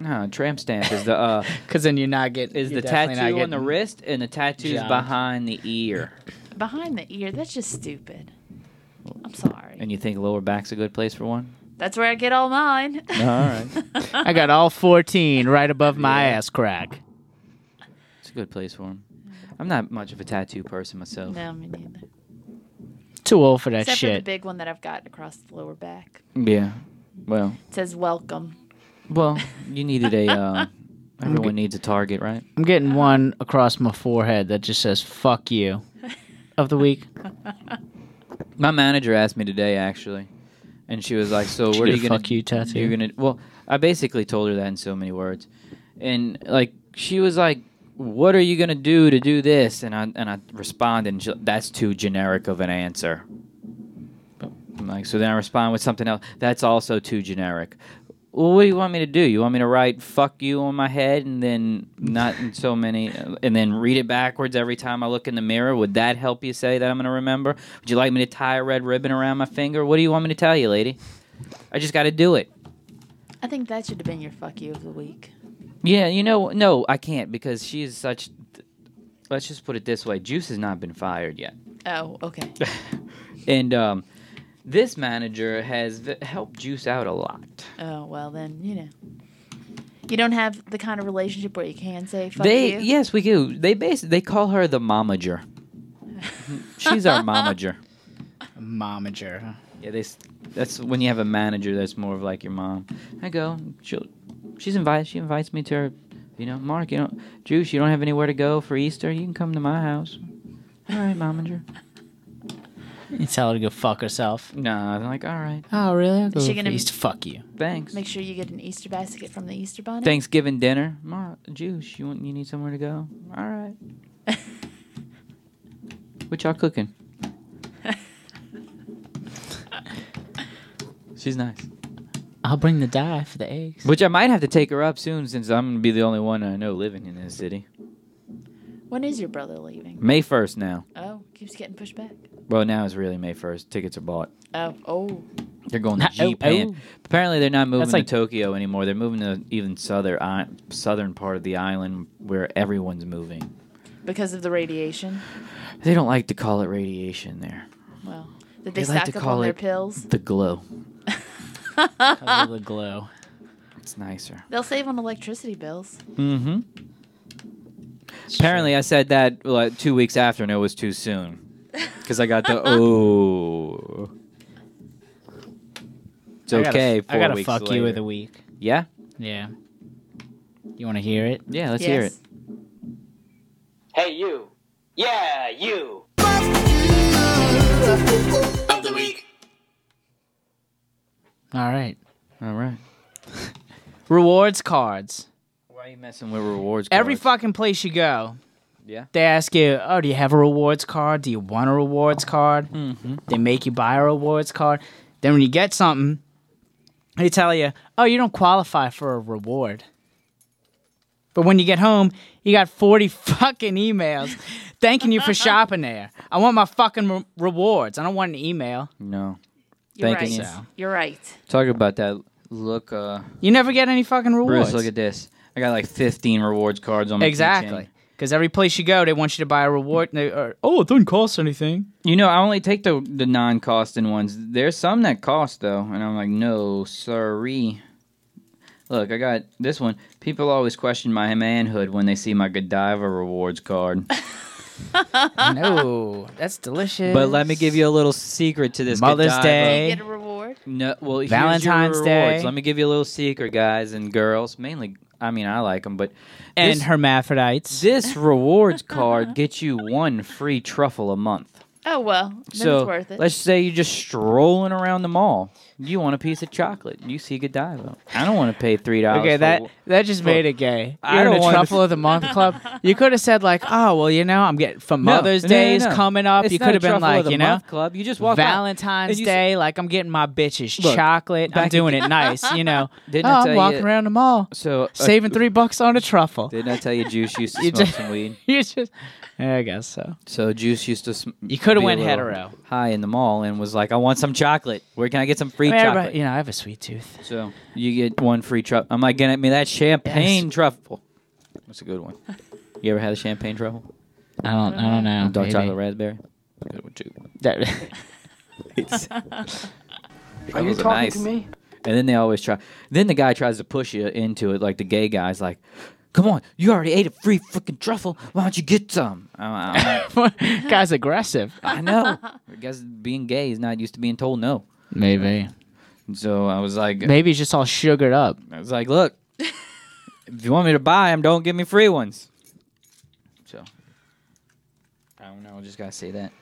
No, tramp stamp is the uh because then you're not getting is the tattoo on the wrist and the tattoos jobbed. behind the ear. Behind the ear. That's just stupid. I'm sorry. And you think lower back's a good place for one? That's where I get all mine. All right, I got all 14 right above my ass crack. it's a good place for him. I'm not much of a tattoo person myself. no, me neither. Too old for that Except for the shit. big one that I've got across the lower back. Yeah, well, It says welcome. Well, you needed a. Uh, everyone needs a target, right? I'm getting one across my forehead that just says "fuck you" of the week. My manager asked me today, actually, and she was like, "So Did what are you you get a gonna fuck you tattoo? You're gonna well." I basically told her that in so many words, and like she was like, "What are you gonna do to do this?" And I and I responded, and she, "That's too generic of an answer." I'm like, so then I respond with something else. That's also too generic. Well, what do you want me to do? You want me to write "fuck you" on my head and then not in so many, and then read it backwards every time I look in the mirror? Would that help you say that I'm going to remember? Would you like me to tie a red ribbon around my finger? What do you want me to tell you, lady? I just got to do it. I think that should have been your fuck you of the week. Yeah, you know, no, I can't because she is such. Let's just put it this way: Juice has not been fired yet. Oh, okay. And um, this manager has v- helped Juice out a lot. Oh, well then, you know. You don't have the kind of relationship where you can say fuck they you. yes, we do. They base they call her the momager. She's our momager. Momager. Yeah, they. s- That's when you have a manager that's more of like your mom. I go. She'll. She's invited. She invites me to her. You know, Mark. You know, Juice. You don't have anywhere to go for Easter. You can come to my house. All right, momager. You tell her to go fuck herself. Nah, I'm like all right. Oh, really? I'll go she for gonna- East- fuck you? Thanks. Make sure you get an Easter basket from the Easter bunny. Thanksgiving dinner. Ma, Juice. You want? You need somewhere to go? All right. what y'all cooking? She's nice. I'll bring the dye for the eggs. Which I might have to take her up soon since I'm going to be the only one I know living in this city. When is your brother leaving? May 1st now. Oh, keeps getting pushed back. Well, now it's really May 1st. Tickets are bought. Oh, oh. They're going to Oh, oh. Japan. Apparently, they're not moving That's like- to Tokyo anymore. They're moving to even southern i- southern part of the island where everyone's moving. because of the radiation. They don't like to call it radiation there. Well, did they, They like stock to up call on their it- pills? The glow. 'Cause of the glow. It's nicer. They'll save on electricity bills. Apparently, I said that like, two weeks after, and it was too soon because I got the oh. It's I gotta- okay. I four gotta weeks fuck you with later. a week. Yeah, Yeah. You want to hear it? yeah. Let's hear it. Hey, you. Yeah, you. All right. All right. Rewards cards. Why are you messing with rewards? Every cards? fucking place you go, Yeah. they ask you, "Oh, do you have a rewards card? Do you want a rewards card?" Mm-hmm. They make you buy a rewards card. Then when you get something, they tell you, "Oh, you don't qualify for a reward." But when you get home, you got forty fucking emails thanking you for shopping there. I want my fucking re- rewards. I don't want an email. no. You're Thank you. right. You're right. Talk about that. Look, uh, You never get any fucking rewards. Bruce. Look at this. I got like 15 rewards cards on my exactly keychain. because every place you go, they want you to buy a reward. They are, oh, it doesn't cost anything. You know, I only take the the non-costing ones. There's some that cost though, and I'm like, no, sorry. Look, I got this one. People always question my manhood when they see my Godiva rewards card. no, that's delicious. but let me give you a little secret to this Mother's Godiva. Day. You get a reward. No, well, here's your Valentine's rewards. Day. Let me give you a little secret, guys and girls. Mainly, I mean, I like them, but and this- hermaphrodites. This rewards card gets you one free truffle a month. Oh well, then so it's worth it. let's say you're just strolling around the mall. You want a piece of chocolate. You see Godiva. I don't want to pay three dollars. Okay, that that just made it gay. I You're in don't the want to- truffle of the month club. You could have said like, oh well, you know, I'm getting for Mother's Day is coming up. you could have been like, you know, club. You just walk by. Valentine's And you say- Day, like I'm getting my bitches Look, chocolate. I'm back in doing it nice, you know. Didn't I oh, tell I'm walking you- around the mall, So uh, saving three bucks on a truffle. Didn't I tell you Juice used to You smoke did. some weed? You just, yeah, I guess so. So Juice used to. Sm- You coulda be a went little hetero. High in the mall and was like, "I want some chocolate. Where can I get some free I mean, chocolate?" everybody- you know, I have a sweet tooth. So you get one free truffle. I'm like, get me that champagne truffle. That's a good one. You ever had a champagne truffle? I don't, I don't know. Dark maybe. chocolate raspberry. Good one too. That- Are you Those are talking nice. to me? And then they always try. Then the guy tries to push you into it, like the gay guy's like, "Come on, you already ate a free freaking truffle. Why don't you get some?" I'm like, "I'm like, Guy's aggressive. I know. I guess being gay is not used to being told no. Maybe. And so I was like, Maybe he's just all sugared up. I was like, look, if you want me to buy them, don't give me free ones. So, I don't know. I just gotta say that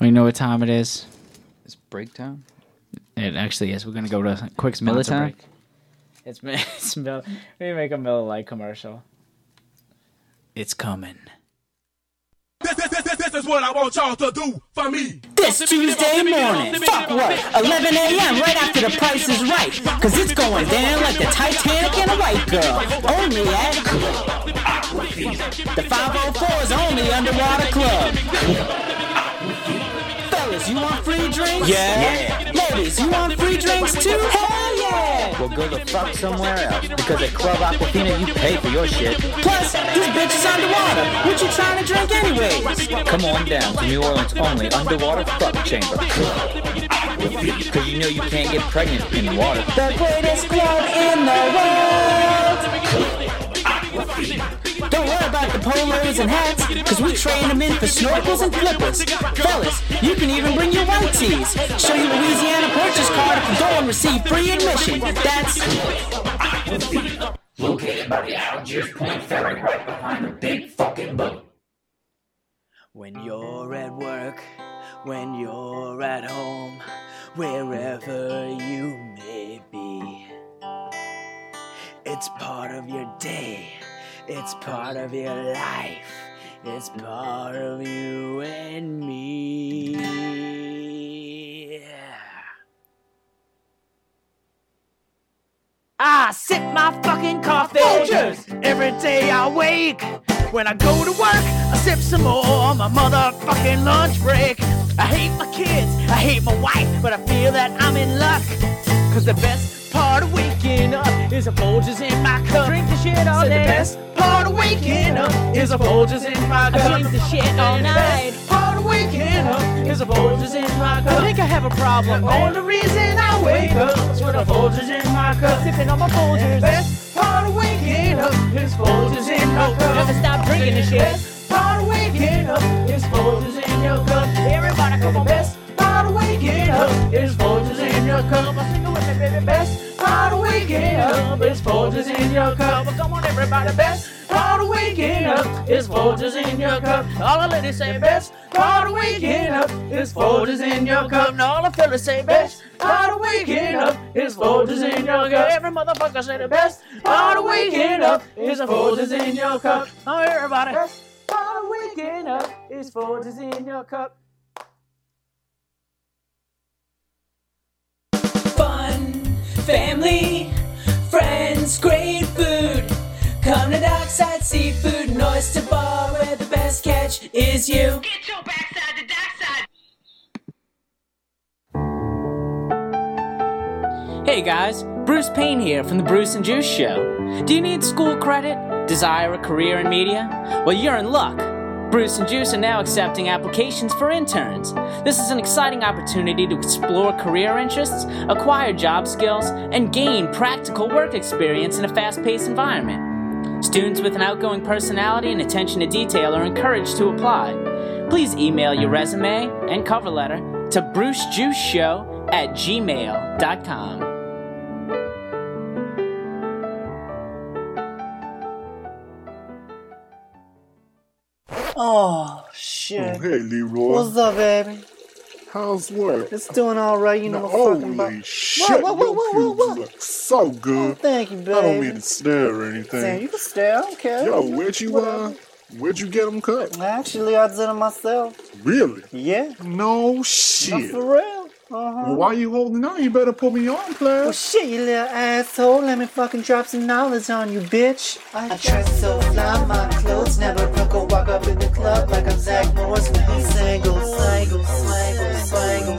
We know what time it is. it's break time. It actually is. We're gonna go to a quick Miller sponsor time? break. It's Mi- it's Miller. We make a Miller Lite commercial. It's coming. This Tuesday morning, fuck work, 11 a.m. right after the price is right. Cause it's going down like the Titanic and a white girl. Only at the 504 is only underwater club. Fellas, you want free drinks? Yeah. Ladies, you want free drinks too? Hell yeah! Well, go the fuck somewhere else. Because at Club Aquafina, you pay for your shit. Plus, this bitch is underwater. What you trying to drink anyway? Come on down to New Orleans only underwater fuck chamber. Cause you know you can't get pregnant in water. The greatest club in the world. Don't worry about the polos and hats, cause we train them in for snorkels and flippers. Fellas, you can even bring your white tees. Show your Louisiana purchase card at the door and receive free admission. That's When you're at work, when you're at home, wherever you may be, it's part of your day, it's part of your life, it's part of you and me. I sip my fucking coffee every day I wake. When I go to work, I sip some more on my motherfucking lunch break. I hate my kids, I hate my wife, but I feel that I'm in luck. Cause the best part of waking up is a Folgers in my cup. Drink the shit all day. The best part of waking up is a Folgers in my cup. drink the shit all night. Part of waking up is a Folgers in my cup. I think I have a problem. The only reason I wake up is with a Folgers in my cup. Sipping on my Folgers. Best part of waking up is Folgers in my cup. Never stop drinking this shit. Best part of waking up is Folgers in your cup. Everybody come on. Best part of waking up is Folgers in your cup. Come on, sing it with me, baby. Best part of waking up is Folgers in your cup. Come on, everybody. Best part of waking up is Folgers in your cup. All the ladies say best part of waking up is Folgers in your cup. And all the fellas say best part of waking up is Folgers in your cup. Every motherfucker say the best part of waking up is Folgers in your cup. Oh, everybody. Best part of waking up is Folgers in your cup. fun, family, friends, great food. Come to Dockside Seafood and Oyster Bar where the best catch is you. Get your backside to dockside. Hey guys, Bruce Payne here from the Bruce and Juice Show. Do you need school credit? Desire a career in media? Well, you're in luck. Bruce and Juice are now accepting applications for interns. This is an exciting opportunity to explore career interests, acquire job skills, and gain practical work experience in a fast paced environment. Students with an outgoing personality and attention to detail are encouraged to apply. Please email your resume and cover letter to brucejuiceshow at gmail.com. Oh shit. Hey, Leroy. What's up, baby? How's work? It's doing all right, you know. Now, what I'm talking holy about. shit, Whoa, whoa, whoa, whoa, your whoa, pubes whoa. look so good. Oh, Thank you, baby. I don't mean to stare or anything. Damn, you can stare. I don't care. Yo, where'd you uh, where'd you get them cut? Actually, I did it myself. Really? Yeah, No I'm shit. for real. Uh huh. Well, why you holding on? You better put me on, Well, class. shit, you little asshole. Let me fucking drop some knowledge on you, bitch. I, dress so fly, my clothes never crooked. Walk up in the club like I'm Zach Morris. Single, single, single,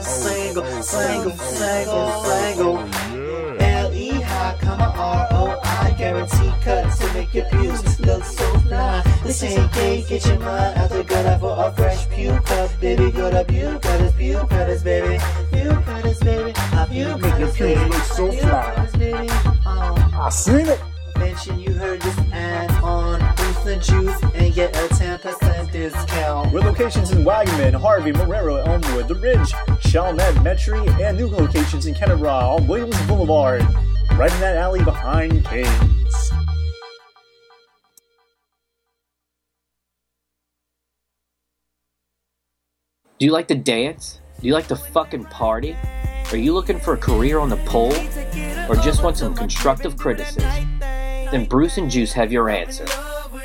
single, single, single, single, Oh, single. L E high, comma R O I. Guarantee cut to make your pubes look so fly. This ain't gay, get your mind out the gutter for a fresh puke cut. Baby, go to puke cutters, puke cutters, baby. Puke cutters, baby. A puke Make your cutters, baby. pubes look A so puke fly. cutters, baby. Oh, I seen it. mention you heard this ad on Boost and Juice and get a 10% discount. With locations in Wagaman, Harvey, Marrero, Elmwood, The Ridge, Chalmette, Metairie, and new locations in Kennebra on Williams Boulevard, right in that alley behind Kane's. Do you like to dance? Do you like to fucking party? Are you looking for a career on the pole? Or just want some constructive criticism? Then Bruce and Juice have your answer.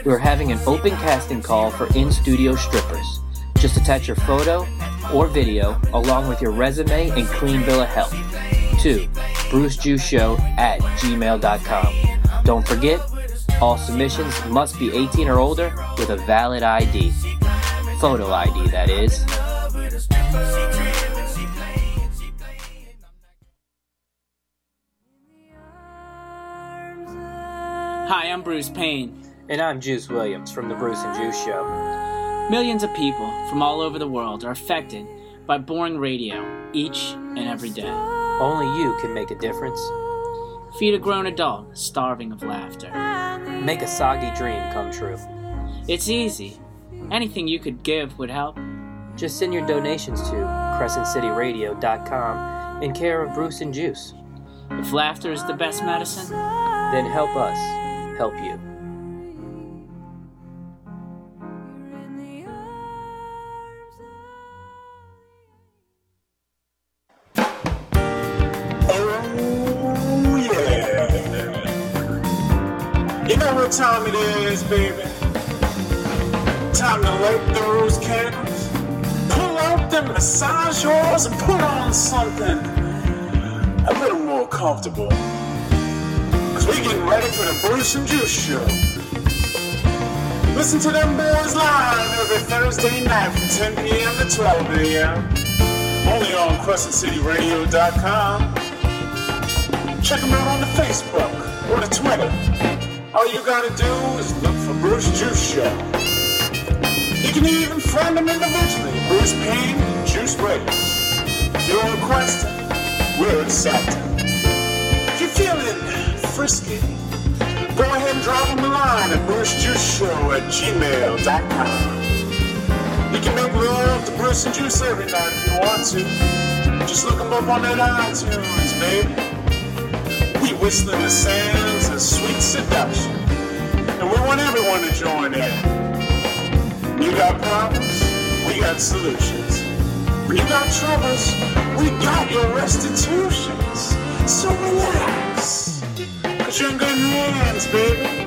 We are having an open casting call for in studio strippers. Just attach your photo or video along with your resume and clean bill of health to brucejuiceshow at gmail.com. Don't forget, all submissions must be 18 or older with a valid ID. Photo ID, that is. Hi, I'm Bruce Payne. And I'm Juice Williams from The Bruce and Juice Show. Millions of people from all over the world are affected by boring radio each and every day. Only you can make a difference. Feed a grown adult starving of laughter. Make a soggy dream come true. It's easy. Anything you could give would help. Just send your donations to crescentcityradio.com in care of Bruce and Juice. If laughter is the best medicine, Then help us help you. Oh, yeah. You know what time it is, baby? Time to light those candles, pull out the massage oils, and put on something a little more comfortable. Because we're getting ready for the Bruce and Juice Show. Listen to them boys live every Thursday night from 10 p.m. to 12 a.m. Only on CrescentCityRadio.com. Check them out on the Facebook or the Twitter. All you gotta do is look for Bruce Juice Show. You can even friend them individually. Bruce Payne, Juice Raiders. If you're requesting, we're accepting. If you're feeling frisky, go ahead and drop them a line at BruceJuiceShow at gmail.com. You can make love to Bruce and Juice every night if you want to. Just look them up on that iTunes, baby. We whistling the sands of sweet seduction. And we want everyone to join in. You got problems, we got solutions. You got troubles, we got your restitutions. So relax. Cause you're in good hands, baby.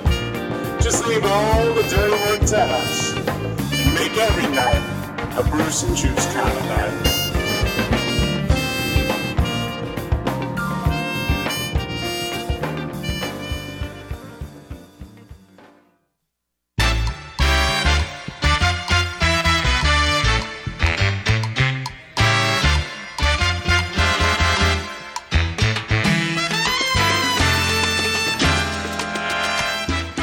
Just leave all the dirty work to us. And make every night a Bruce and Juice kind of night.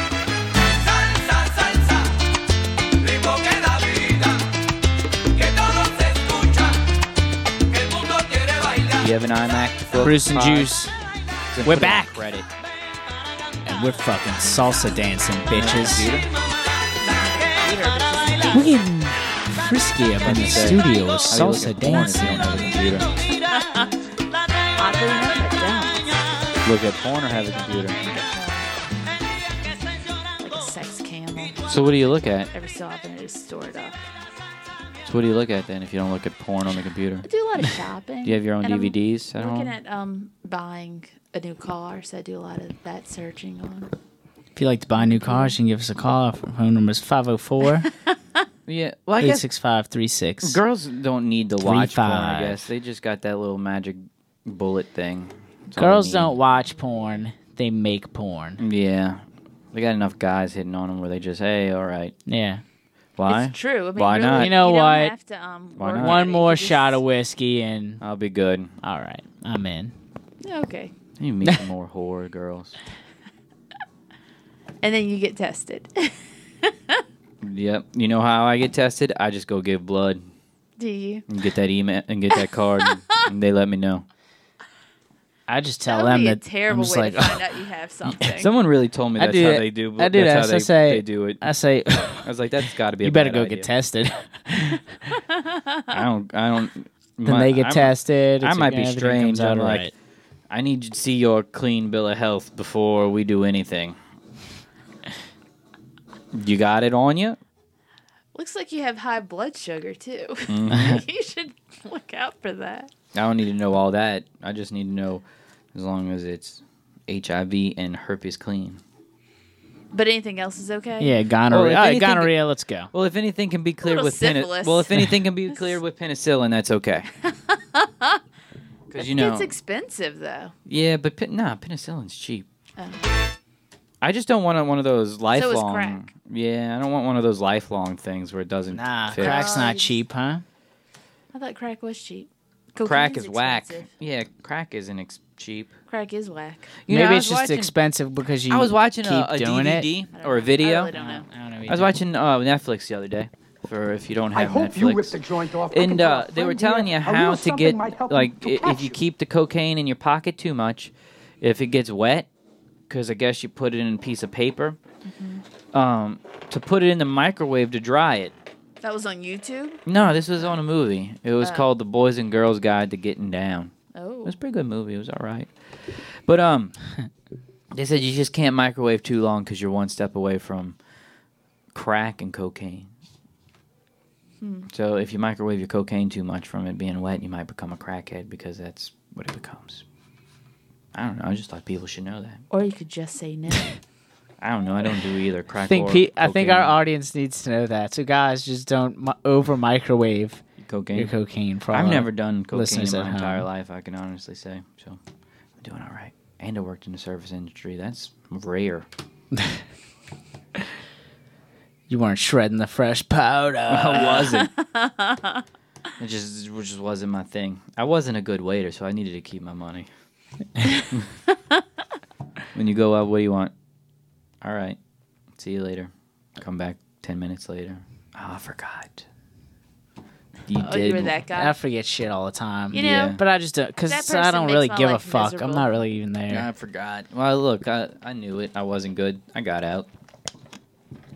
Salsa, salsa, ritmo que da vida, que todo se escucha, que el mundo quiere bailar. You have an iMac. book? Bruce and Pod? Juice. Then We're put it on back. Credit. And we're fucking salsa dancing, bitches. Dude. We're getting frisky up in the studio with salsa dancing. Oddly enough, I Look at porn or have a computer. don't. Like a sex camel. So what do you look at? Every so often, I just store it up. So what do you look at then if you don't look at porn on the computer? I do a lot of shopping. Do you have your own and I'm DVDs at home? looking at um buying a new car, so I do a lot of that searching on. If you like to buy new cars, you can give us a call. Our phone number is 504 yeah. Well, I guess 86536. girls don't need to Three, watch porn. I five. guess they just got that little magic bullet thing. That's all they Girls need. don't watch porn, they make Mm. porn. Yeah. They got enough guys hitting on them where they just, hey, all right. Yeah. Why? It's true. I mean, Why really, not? You know don't what? have to, um, Why work not? at One it. more You just- shot of whiskey and I'll be good. all right, I'm in. Okay, You meet some more whore girls. and then you get tested. Yep. You know how I get tested? I just go give blood do you? and get that email and get that card, and they let me know. I just That tell would them be a that I'm terrible just way like, to find out you have something. Someone really told me I that's do how that- they do. I do that. that's So how I they, say- they do it. I say, I was like, that's got to be. a you better bad go idea. get tested. I don't. I don't. then they get I'm- tested. I it's might okay, be everything comes strange. out I'm all like, right. I need to see your clean bill of health before we do anything. You got it on you? Looks like you have high blood sugar too. Mm-hmm. you should look out for that. I don't need to know all that. I just need to know as long as it's HIV and herpes clean. But anything else is okay. yeah, gonorrhea. if All right, anything- gonorrhea, let's go. Well, if anything can be cleared Little with penicillin, syphilis. well, if anything can be cleared with penicillin, that's okay. Because you know, It's expensive though. yeah, but pe- nah, penicillin's cheap. I just don't want one of those is lifelong. crack. Yeah, I don't want one of those lifelong things where it doesn't Nah, fit. crack's not cheap, huh? I thought crack was cheap. Crack Cocaine's is whack. expensive. Yeah, crack isn't ex- cheap. Crack is whack. You know, Maybe I it's was just watching- expensive because you. I was watching keep a, a doing it. DVD I don't or a know. video. I really don't know. I don't know. I was watching uh, Netflix the other day. For if you don't have Netflix, joint off. and uh, they were telling you how to get like i- if you keep the cocaine in your pocket too much, if it gets wet, because I guess you put it in a piece of paper, um, to put it in the microwave to dry it. That was on YouTube. No, this was on a movie. It was called The Boys and Girls Guide to Getting Down. It Oh, was a pretty good movie. It was all right. But um, they said you just can't microwave too long because you're one step away from crack and cocaine. Hmm. So if you microwave your cocaine too much from it being wet, you might become a crackhead because that's what it becomes. I don't know. I just thought people should know that. or you could just say no. I don't know. I don't do either crack. I think or pe- I think our cocaine. audience needs to know that. So guys, just don't mi- over microwave your cocaine. cocaine. For I've our never done cocaine in listeners my at entire home. life. I can honestly say so. I'm doing all right, and I worked in the service industry. That's rare. You weren't shredding the fresh powder. I wasn't. It just it just wasn't my thing. I wasn't a good waiter, so I needed to keep my money. when you go out, what do you want? All right. See you later. Come back ten minutes later. Oh, I forgot. You Oh, did. you were that guy? I forget shit all the time. You know, Yeah. but I just don't because that I person don't makes really my give a life fuck. I'm miserable. not really even there. I forgot. Well, look, I, I knew it. I wasn't good. I got out.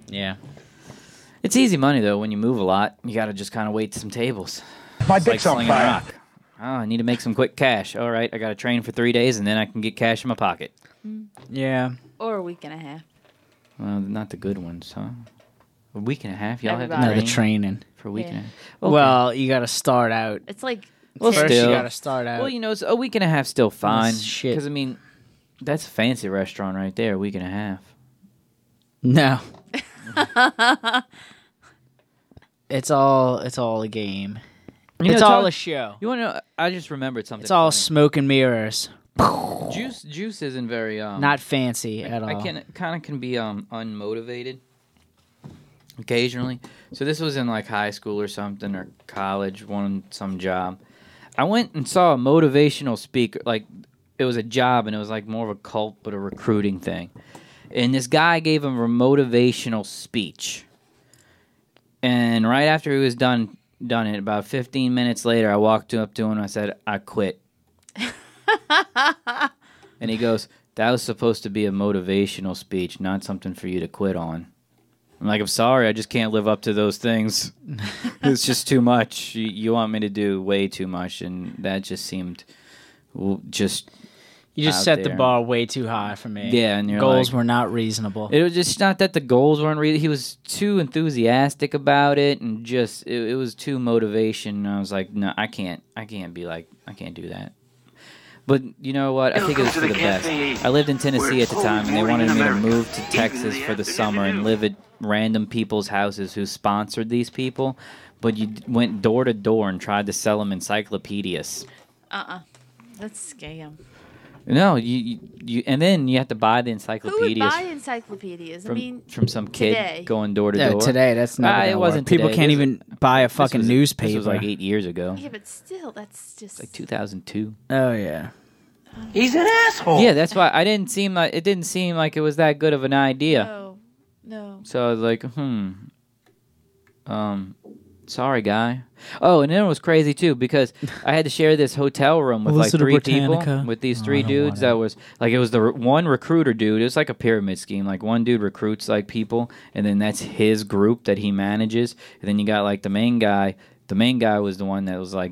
Yeah. It's easy money though. When you move a lot, you gotta just kind of wait some tables. My It's dick's on slinging a fire. rock. Oh, I need to make some quick cash. All right, I got to train for three days, and then I can get cash in my pocket. Yeah. Or a week and a half. Well, not the good ones, huh? A week and a half. Y'all have to no, train the training for a week and a Yeah. half. Well, you got to start out. It's like Well, ten first still. you got to start out. Well, you know, it's a week and a half still fine. shit. Because I mean, that's a fancy restaurant right there. A week and a half. no, it's all it's all a game. You know, it's all talk- a show. You want to? know? I just remembered something. It's all smoke and mirrors. juice. Juice isn't very um, Not fancy at all. I can kind of can be um unmotivated occasionally. So this was in like high school or something or college, one some job. I went and saw a motivational speaker. Like it was a job and it was like more of a cult but a recruiting thing. And this guy gave him a motivational speech. And right after he was done done it, about 15 minutes later, I walked up to him and I said, "I quit." and he goes, "That was supposed to be a motivational speech, not something for you to quit on." I'm like, "I'm sorry, I just can't live up to those things. it's just too much. You, you want me to do way too much, and that just seemed well, just You just out set the there. bar way too high for me. Yeah, and you're goals like- were not reasonable. It was just not that the goals weren't really. He was too enthusiastic about it, and just it, it was too motivation. And I was like, no, I can't, I can't be like, I can't do that. But you know what? I think it was for the best. I lived in Tennessee at the time, and they wanted me to move to Texas for the summer and live at random people's houses who sponsored these people. But you d- went door to door and tried to sell them encyclopedias. Uh uh That's a scam. No, you, you, you and then you have to buy the Who would encyclopedias buy encyclopedias? from, I mean, from some kid today. going door to Yeah, door. today that's Ah, not. it wasn't. People today. can't This was- even buy a fucking this was- newspaper. This was like eight years ago, yeah, but still, that's just. like 2002. Oh yeah. He's an asshole. Yeah, that's why I didn't seem like it didn't seem like it was that good of an idea. No, no. So I was like, hmm, um, sorry, guy. Oh, and then it was crazy too because I had to share this hotel room with like Melissa de three people, Britannica. with these Oh, I three don't want dudes. That was like it was the re- one recruiter dude. It was like a pyramid scheme. Like one dude recruits like people, and then that's his group that he manages. And then you got like the main guy. The main guy was the one that was like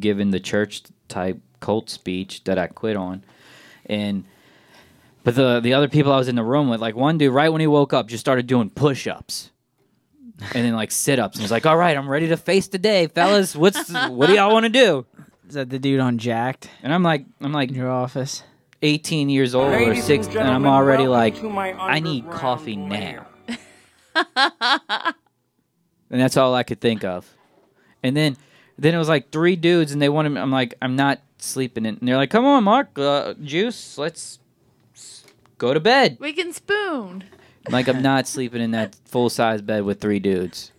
giving the church type cult speech that I quit on, and. But the the other people I was in the room with, like one dude, right when he woke up, just started doing push ups, and then like sit ups. And he's like, "All right, I'm ready to face the day, fellas. What's what do y'all want to do?" Is that the dude on Jacked And I'm like, I'm like in your office? 18 years old or Ladies and six, and I'm gentlemen, already welcome to my like, I need underground coffee now. and that's all I could think of. And then, then it was like three dudes, and they wanted. me- I'm like, I'm not sleeping. in. And they're like, Come on, Mark, uh, juice, let's s- go to bed. We can spoon. Like I'm not sleeping in that full size bed with three dudes.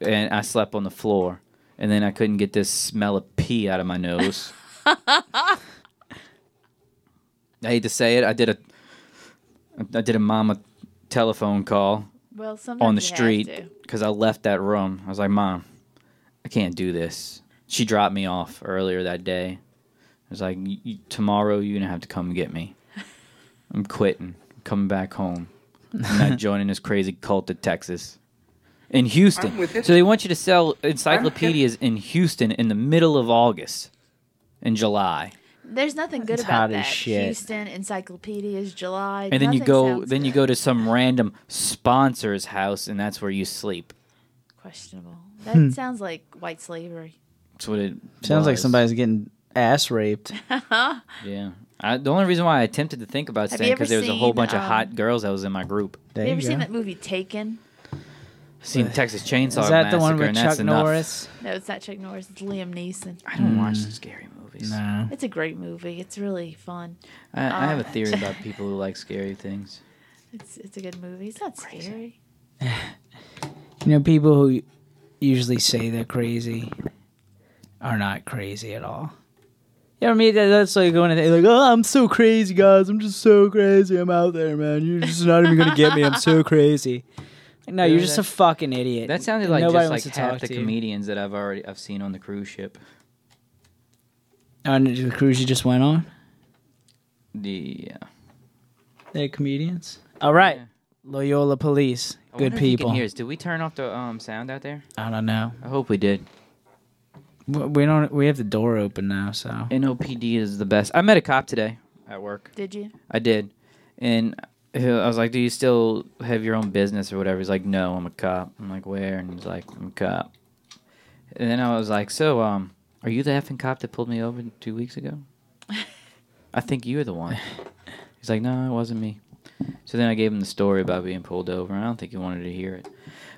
And I slept on the floor. And then I couldn't get this smell of pee out of my nose. I hate to say it, I did a I did a mama telephone call Well, sometimes on the you have street to. because I left that room. I was like, Mom, I can't do this. She dropped me off earlier that day. I was like, "Y- y- Tomorrow you're gonna have to come get me. I'm quitting. I'm coming back home. I'm not joining this crazy cult of Texas. In I'm Houston. with it. So they want you to sell encyclopedias in Houston in the middle of August and July. There's nothing good It's hot about as that. shit. Houston encyclopedias, July. and then you nothing go sounds then you good. go to some random sponsor's house and that's where you sleep. questionable. Hmm. That sounds like white slavery. That's what it Sounds like was. somebody's getting ass raped. Have Yeah. I, the only reason why I attempted to think about Have staying you ever because there was a whole seen, bunch of um, hot girls that was in my group. you ever seen that movie Taken? Seen Texas Chainsaw Is that Massacre, the one with and Chuck that's enough. Norris? Hmm. No, it's not Chuck Norris. It's Liam Neeson. I don't watch scary movies. No. It's a great movie. It's really fun. I, I have a Um, theory about people who like scary things. It's it's a good movie. It's not scary. You know, people who usually say they're crazy are not crazy at all. You know what I mean? That- That's like going to like, oh, I'm so crazy, guys. I'm just so crazy. I'm out there, man. You're just not even gonna get me. I'm so crazy. Like, no, Dude, you're just that- a fucking idiot. That sounded like Nobody just like wants to half talk the to you. comedians that I've already I've seen on the cruise ship. On Uh, the cruise you just went on, The uh, they're comedians. All right, Loyola Police, I good wonder if you people. Can hear us. Did we turn off the um, sound out there? I don't know. I hope we did. W- We don't. We have the door open now, so NOPD is the best. I met a cop today at work. Did you? I did, and he- I was like, "Do you still have your own business or whatever?" He's like, "No, I'm a cop." I'm like, "Where?" And he's like, "I'm a cop." And then I was like, "So, um, are you the effing cop that pulled me over two weeks ago?" I think you're the one. He's like, "No, it wasn't me." So then I gave him the story about being pulled over. and I don't think he wanted to hear it.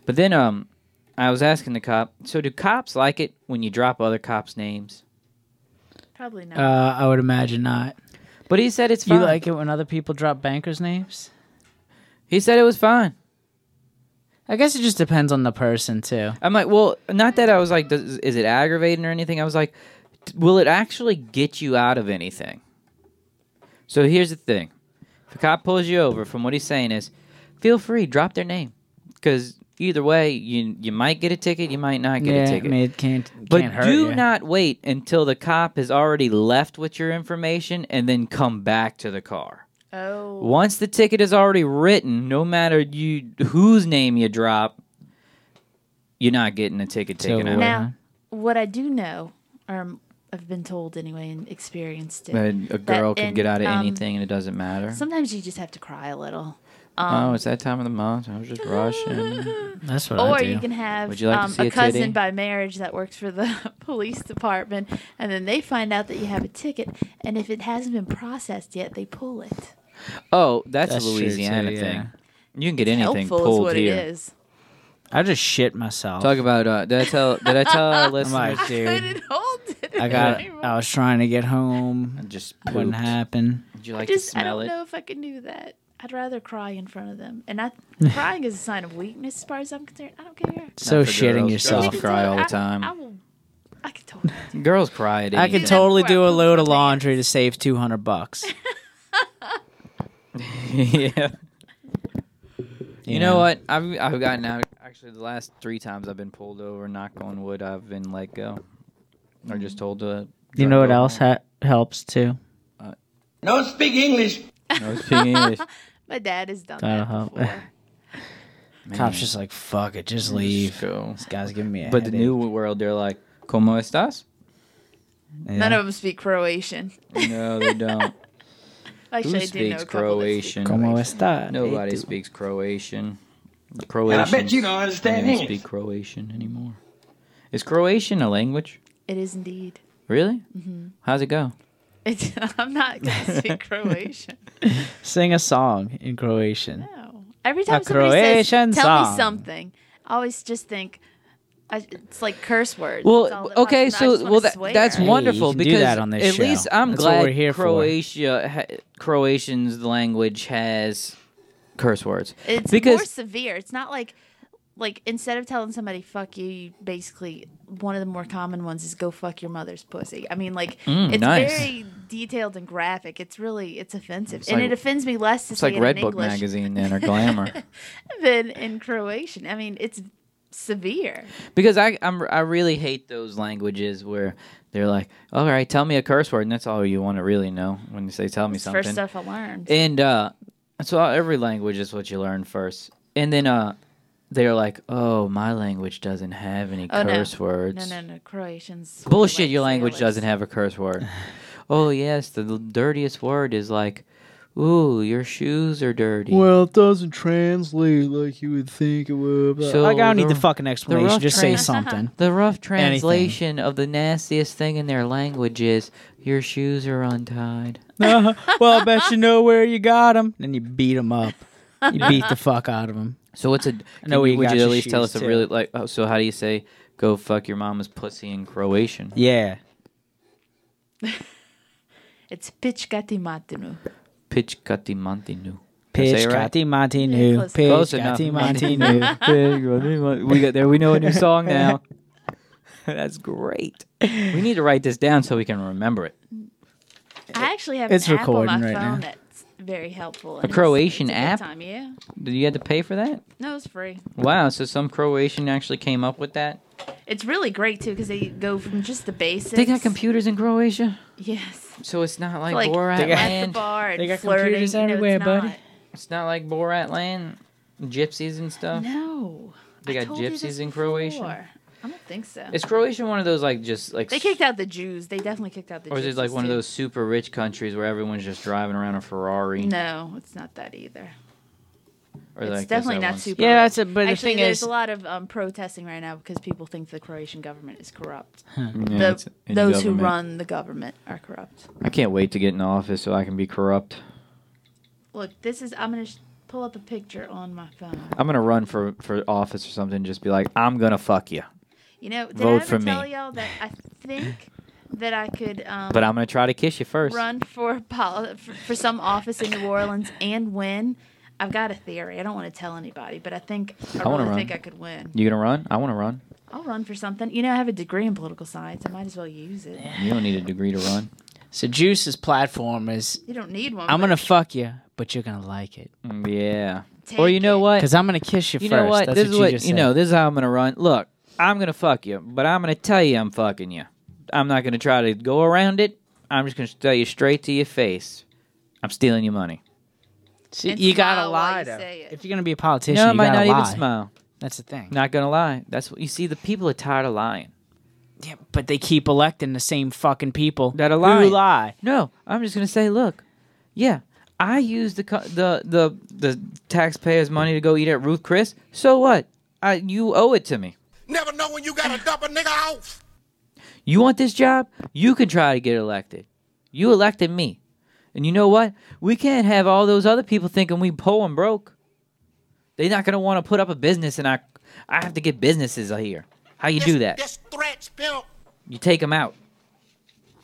But then, um, I was asking the cop, "So do cops like it when you drop other cops' names?" Probably not. uh, I would imagine not. But he said it's You fine. like it when other people drop bankers' names? He said it was fine. I guess it just depends on the person too. I'm like, well, not that I was like, does, is it aggravating or anything? I was like, t- will it actually get you out of anything? So here's the thing: if a cop pulls you over, from what he's saying is, feel free, drop their name, because either way, you you might get a ticket, you might not get yeah, a ticket. I mean, it can't, but can't hurt do you. not wait until the cop has already left with your information and then come back to the car. oh, Once the ticket is already written, no matter you whose name you drop, you're not getting a ticket It's taken over out. with. Now, what I do know, or um, I've been told anyway and experienced it. a, a that girl can in, get out of um, anything and it doesn't matter. Sometimes you just have to cry a little. oh, Um, it's that time of the month. I was just rushing. That's or you can have Would Oh, you like to um, see a a cousin titty? by marriage that works for the police department, and then they find out that you have a ticket, and if it hasn't been processed yet, they pull it. Oh, that's, That's a true, too, Louisiana yeah. thing. You can get anything Helpful is pulled what here. it is. I just shit myself. Talk about uh, did I tell did I tell our I'm listeners? like, dude, Couldn't hold it. I got. I was trying to get home. I just Wouldn't pooped. happen. Would you like I just to I smell don't it? know if I can do that. I'd rather cry in front of them, and I crying is a sign of weakness, as far as I'm concerned. I don't care. So for shitting girls. yourself. Girls cry all the I- time. I, will. I can totally. Girls cry at I anything. could totally before I do a pooped load my of laundry to save two hundred bucks. yeah. You know Yeah. what? I've I've gotten out. Actually, the last three times I've been pulled over, knock on wood, I've been let go, or just told to. You know what else ha- helps too? No speak English. No speaking English. My dad has done That'll that help. before. Cops just like fuck it, just Just leave. go. This guy's giving me a. But the headache. new world, they're like, "Como estás?" Yeah. None of them speak Croatian. No, they don't. Actually, Who I do know speaks a couple that speak- Croatian? Como está? Nobody Hey, dude. speaks Croatian. Croatian. bet you don't understand English. speak Croatian anymore. Is Croatian a language? It is indeed. Really? Mm-hmm. How's it go? It's, I'm not going to speak Croatian. Sing a song in Croatian. No. Every time somebody Croatian says, "Tell song." me something," I always just think I, it's like curse words. It's all Well, that okay, pops in. I so just wanna well that, swear. that's Hey, wonderful you can do because that on this at show. least I'm That's what glad we're here for. Croatia, ha, Croatian's language has curse words It's because more severe. It's not like like instead of telling somebody "fuck you," you basically one of the more common ones is "go fuck your mother's pussy." I mean, like Mm, it's nice. very detailed and graphic. It's really it's offensive, It's and like- it offends me less to it's say like it Red in Book English magazine then or Glamour. than in Croatian. I mean, it's severe. Because I I'm, I really hate those languages where they're like, all right, tell me a curse word, and that's all you want to really know when you say tell me It's the something. first stuff I learned. And uh, so every language is what you learn first, and then uh, they're like, oh, my language doesn't have any Oh, no. curse words. no, no, no, Croatians. Bullshit, your language doesn't have a curse word. oh yes, the l- dirtiest word is like, ooh, your shoes are dirty. Well, it doesn't translate like you would think it would. So like, I don't need the- the fucking explanation. rough Just say trans- something. The rough translation of the nastiest thing in their language is your shoes are untied. well, I bet you know where you got him. Then you beat him up. You beat the fuck out of him. So what's a? Can, know where you would got you at your least tell shoes, us a too. really like? Oh, so how do you say go fuck your mama's pussy in Croatian? Yeah. It's pichkati matinu. Pitch kati mantinu. I say Pitch it right? Kati Matinu. close. Pitch Close enough. Kati Matinu. we got there. We know a new song now. That's great. We need to write this down so we can remember it. I actually have It's an app on my recording right phone now. that's very helpful. A and it's- Croatian it's a good app? Time, yeah. Did you have to pay for that? No, it's free. Wow. So some Croatian actually came up with that. It's really great too because they go from just the basics. They got computers in Croatia. Yes. So it's not like, Like, Borat they got- Land. At the bar and They got flirting, computers you know, it's everywhere, buddy. not. It's not like Borat Land, gypsies and stuff. No. They I got told you gypsies this in Croatia? before. I don't think so. Is Croatia one of those like just like They kicked out the Jews. They definitely kicked out the or Jews. is it like one of those super rich countries where everyone's just driving around a Ferrari? No, it's not that either. Or it's like is definitely that not one- super. Yeah, that's it, but the Actually, thing there's is- a lot of um, protesting right now because people think the Croatian government is corrupt. Yeah, the, it's in those government. who run the government are corrupt. I can't wait to get in office so I can be corrupt. Look, this is. I'm gonna sh- pull up a picture on my phone. I'm gonna run for for office or something. Just be like, I'm gonna fuck you, You know, did Vote I for ever me. tell y'all that I think that I could? Um, but I'm gonna try to kiss you first. run for, poli- for for some office in New Orleans and win. I've got a theory. I don't want to tell anybody, but I think I, I wanna really run. think I could win. You gonna run? I want to run. I'll run for something. You know, I have a degree in political science. I might as well use it. You don't need a degree to run. So Juice's platform is You don't need one. I'm but gonna fuck you, but you're gonna like it. Yeah. or you know what? Because I'm gonna kiss you, You first. know what? That's this is you what just you said. know. This is how I'm gonna run. Look, I'm gonna fuck you, but I'm gonna tell you I'm fucking you. I'm not gonna try to go around it. I'm just gonna tell you straight to your face. I'm stealing your money. See, And you gotta smile while lie you though. say it. If you're gonna be a politician, no, I you might gotta not lie. even smile. That's the thing. Not gonna lie. That's what you see. The people are tired of lying. But they keep electing the same fucking people that are lying. Who lie? No, I'm just gonna say, look, yeah, I use the co- the the the taxpayers' money to go eat at Ruth Chris. So what? I, you owe it to me. Never know when you gotta dump a nigga off. You want this job? You can try to get elected. You elected me, and you know what? We can't have all those other people thinking we poor and broke. They're not gonna want to put up a business, and I I have to get businesses out here. How you do that? This threats, Bill. You take them out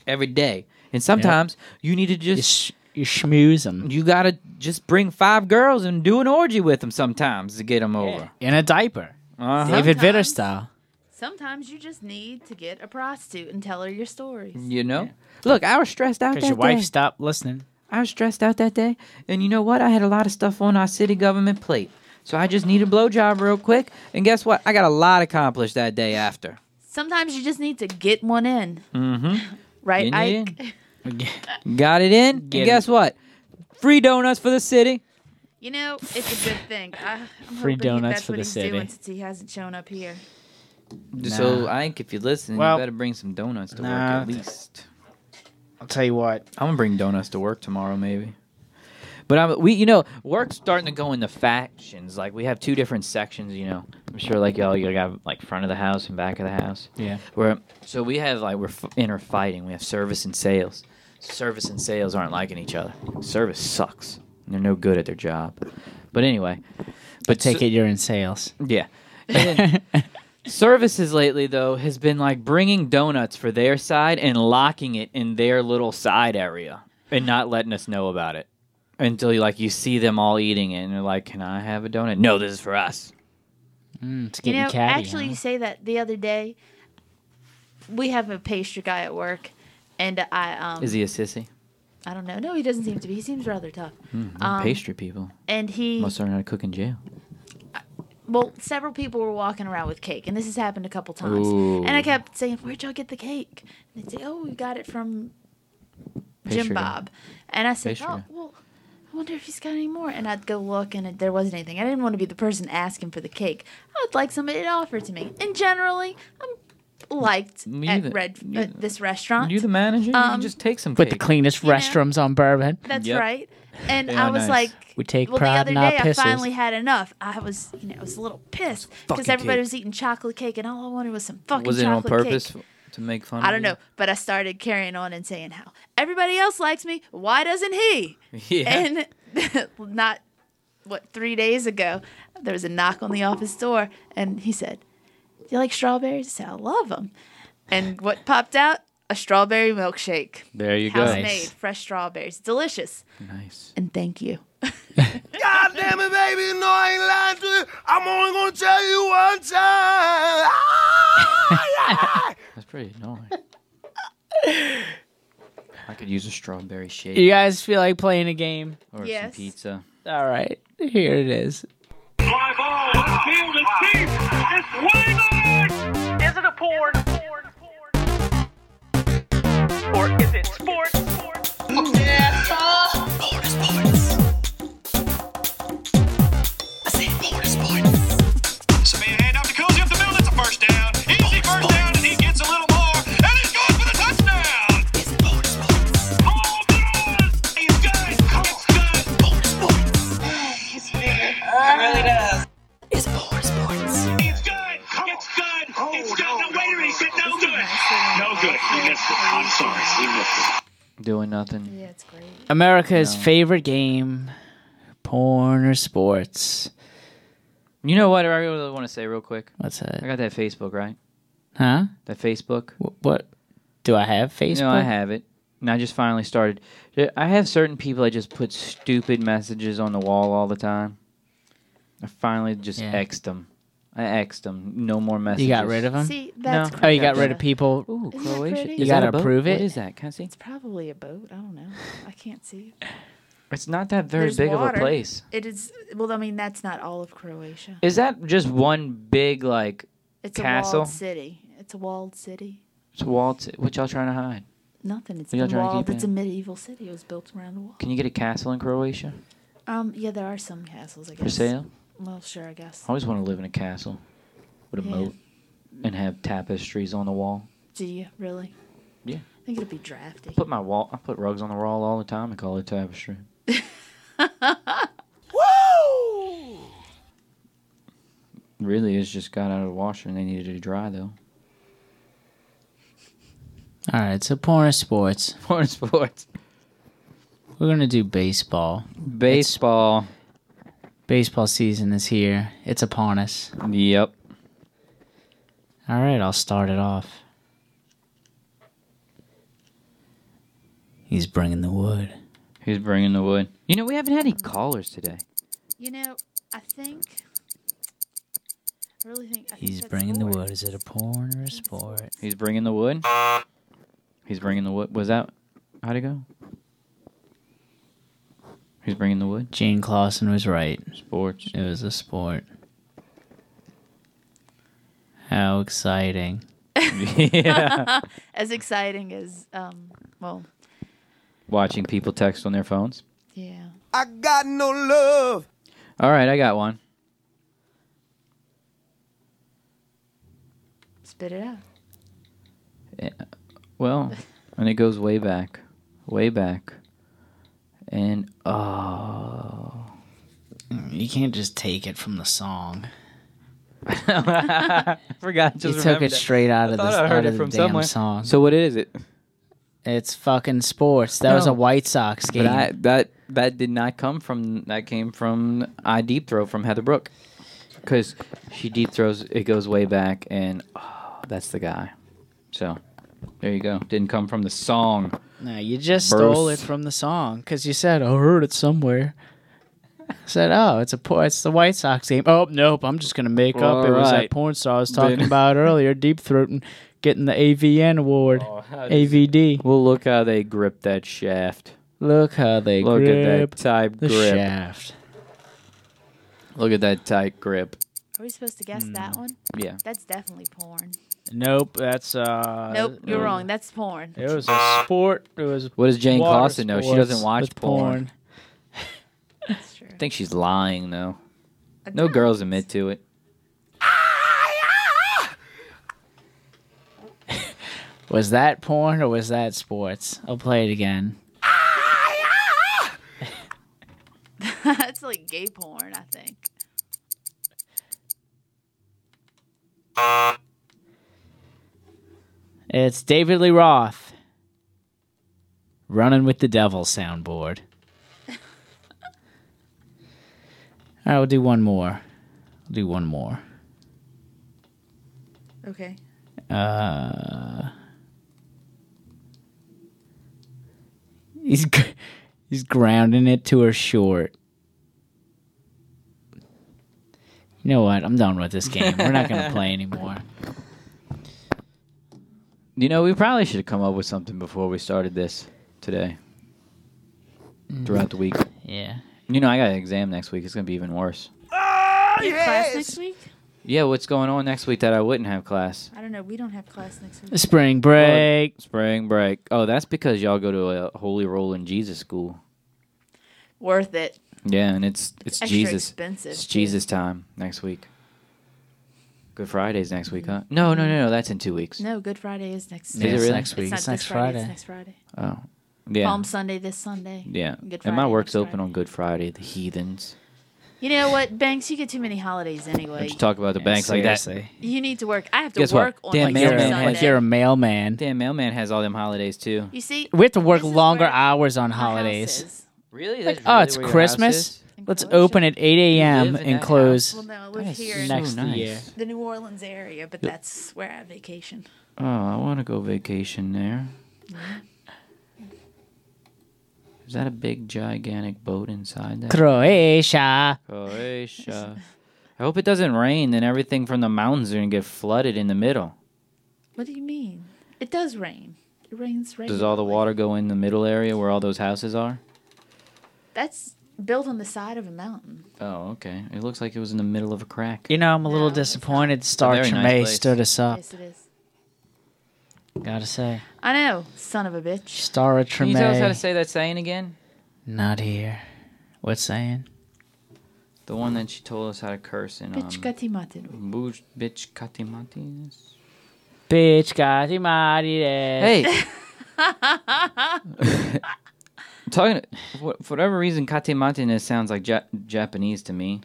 every day, and sometimes you need to just you, schmooze them. You gotta just bring five girls and do an orgy with them sometimes to get them over in a diaper. Uh-huh. David Vitter style. Sometimes you just need to get a prostitute and tell her your stories. You know, look, I was stressed out Because that your wife day. stopped listening. I was stressed out that day, and you know what? I had a lot of stuff on our city government plate, so I just need a blowjob real quick. And guess what? I got a lot accomplished that day after. Sometimes you just need to get one in, Mm-hmm. right? Get it Ike? Got it in. Get and guess what? Free donuts for the city. You know, it's a good thing. I, I'm Free hoping he- donuts that's for what the he's city. doing since he hasn't shown up here. So Nah. I think if you listen, Well, you better bring some donuts to nah. work at least. I'll tell you what. I'm gonna bring donuts to work tomorrow, maybe. But I'm we you know work's starting to go into factions. Like we have two different sections. You know, I'm sure like y'all you got like front of the house and back of the house. Yeah. Where so we have like we're f- inner fighting. We have service and sales. Service and sales aren't liking each other. Service sucks. They're no good at their job. But anyway, But take so- it, you're in sales. yeah. And then services lately though has been like bringing donuts for their side and locking it in their little side area and not letting us know about it until you like you see them all eating it and they're like, "Can I have a donut?" No, this is for us. Mm, it's You getting know, catty. actually, you say that the other day. We have a pastry guy at work, and I um. Is he a sissy? I don't know. No, he doesn't seem to be. He seems rather tough. Mm, them Um, pastry people And he must learn how to cook in jail. well, several people were walking around with cake, and this has happened a couple times. Ooh. And I kept saying, "Where'd y'all get the cake?" And they'd say, "Oh, we got it from Pastry Jim guy. Bob." And I said, Pastry "Oh, guy. well, I wonder if he's got any more." And I'd go look, and it, there wasn't anything. I didn't want to be the person asking for the cake. I would like somebody to offer it to me. And generally, I'm liked You at the- Red you at this restaurant. You the manager? you Um, can just take some With the cake. cleanest restrooms on Bourbon. That's right. And They I are was nice. like, We take well, pride the other in our day pisses. I finally had enough. I was, you know, I was a little pissed fucking because everybody cake. was eating chocolate cake, and all I wanted was some fucking Was it on chocolate purpose cake. to make fun? I of don't you? know, but I started carrying on and saying how everybody else likes me. Why doesn't he? Yeah. And not what three days ago, there was a knock on the office door, and he said, "Do you like strawberries?" I said, "I love them." And what popped out? A strawberry milkshake. There you House go. made, fresh strawberries, delicious. Nice. And thank you. God damn it, baby. No, I ain't lying to you. I'm only gonna tell you one time. Ah, yeah. That's pretty annoying. I could use a strawberry shake. You guys feel like playing a game? Or some pizza. All right, here it is. Is it a porn? Or is it sports? Oh, Doing nothing. Yeah, it's great. America's favorite game, porn or sports. You know what I really want to say real quick? What's that? I got that Facebook, right? Huh? That Facebook. what? Do I have Facebook? No, I have it. And I just finally started. I have certain people that just put stupid messages on the wall all the time. I finally just Yeah. X'd them. I X'd them. No more messages. You got rid of them? See, that's oh, you got Croatia. rid of people. Ooh, Isn't that Croatia. pretty? You Is got that to a boat? approve it. What is that? Can I see? It's probably a boat. I don't know. I can't see. it. It's not that very There's big of water. a place. It is. Well, I mean, that's not all of Croatia. Is that just one big like It's a castle? walled city. It's a walled city. It's a walled ci- What y'all trying to hide? Nothing. It's What y'all been trying to walled. keep It's a in? medieval city. It was built around a wall. Can you get a castle in Croatia? Um. Yeah, there are some castles. I guess. For sale? Well, sure. I guess. I always want to live in a castle with a Yeah. moat and have tapestries on the wall. Do you really? Yeah. I think it'll be drafty. Put my wall. I put rugs on the wall all the time and call it tapestry. Woo! Really, it's just got out of the washer and they needed it to dry though. All right, so porn or sports. Porn or sports. We're gonna do baseball. Baseball. baseball season is here. It's upon us. Yep. All right, I'll start it off. He's bringing the wood. He's bringing the wood. You know, we haven't had any callers today. You know, I think. I really think. I think He's that's bringing the sports. wood. Is it a porn or a sport? He's bringing the wood. He's bringing the wood. Was that how'd it go? He's bringing the wood. Gene Clausen was right. Sports. It was a sport. How exciting. yeah. as exciting as um. Well, Watching people text on their phones. yeah. I got no love. All right, I got one. Spit it out. Yeah. Well, and it goes way back, way back, and oh, You can't just take it from the song. I forgot. You Just took it remembered straight out of the, thought I heard out it of the from damn somewhere. song. So what is it? It's fucking sports. That was No. a White Sox game. But I, that that did not come from that came from I deep throw from Heather Brooke, because she deep throws it goes way back and oh, that's the guy. So there you go. Didn't come from the song. no, you just stole it Burst. from the song because you said, "I heard it somewhere." I said, "Oh, it's a por- it's the White Sox game." Oh, nope. I'm just gonna make up. It was that Alright. porn star I was talking Then- about earlier. Deep throating, getting the AVN award, AVD. Well, look how they grip that shaft. Look how they Look at grip that tight the grip. shaft. Look at that tight grip. Are we supposed to guess Hmm. that one? Yeah. That's definitely porn. Nope, that's uh. nope, you're wrong. That's porn. It was a sport. It was. What does Jane water Clausen know? She sports doesn't watch with porn. That's true. I think she's lying though. No girls admit to it. Was that porn or was that sports? I'll play it again. That's like gay porn, I think. It's David Lee Roth. Running with the Devil soundboard. All right, we'll do one more. We'll do one more. Okay. Uh, he's gr- he's grounding it to her short. You know what? I'm done with this game. We're not gonna play anymore. You know, we probably should have come up with something before we started this today. Throughout the week. Yeah. You know, I got an exam next week. It's going to be even worse. You have class next week? Yeah, what's going on next week that I wouldn't have class? I don't know. We don't have class next week. Spring break. spring break. Oh, that's because y'all go to a Holy Rolling Jesus school. Worth it. Yeah, and it's it's Extra Jesus. expensive, It's too. Jesus time next week. Good Friday's next week, huh? No, no, no, no. That's in two weeks. Mm-hmm. No, Good Friday is next. Is it really? Next It's week. not It's this next Friday. It's Friday. next Friday. Oh, yeah, Palm Sunday this Sunday. yeah. Good Friday. and my work's open on Good Friday. The heathens. You know what, Banks? You get too many holidays anyway. Just talk about the Yeah, banks like that. seriously. You need to work. I have to Guess work what? on Damn like You're mailman every a- Sunday. like you're a mailman. Damn, mailman has all them holidays too. You see, We have to work longer hours on holidays. Really? Like, oh, it's Christmas. Let's open at 8 a.m. live in and that close Well, no, I live here in next nice. year. the New Orleans area, but that's where I vacation. Oh, I want to go vacation there. Is that a big gigantic boat inside there? Croatia. Croatia. I hope it doesn't rain. Then everything from the mountains are gonna get flooded in the middle. What do you mean? It does rain. It rains Does regularly. all the water go in the middle area where all those houses are? That's built on the side of a mountain. Oh, okay. It looks like it was in the middle of a crack. You know, I'm a little disappointed Star very nice Tremay place. stood us up. Yes, it is. Gotta say. I know, son of a bitch. Star Can you tell us how to Tremay, say that saying again? not here. What saying? The one that she told us how to curse in. Um, Bitch gatti matin. Buj- bitch katimatis. Bitch eh. got him out of there. Hey. Talking for for whatever reason, Kate Martinez sounds like ja- Japanese to me,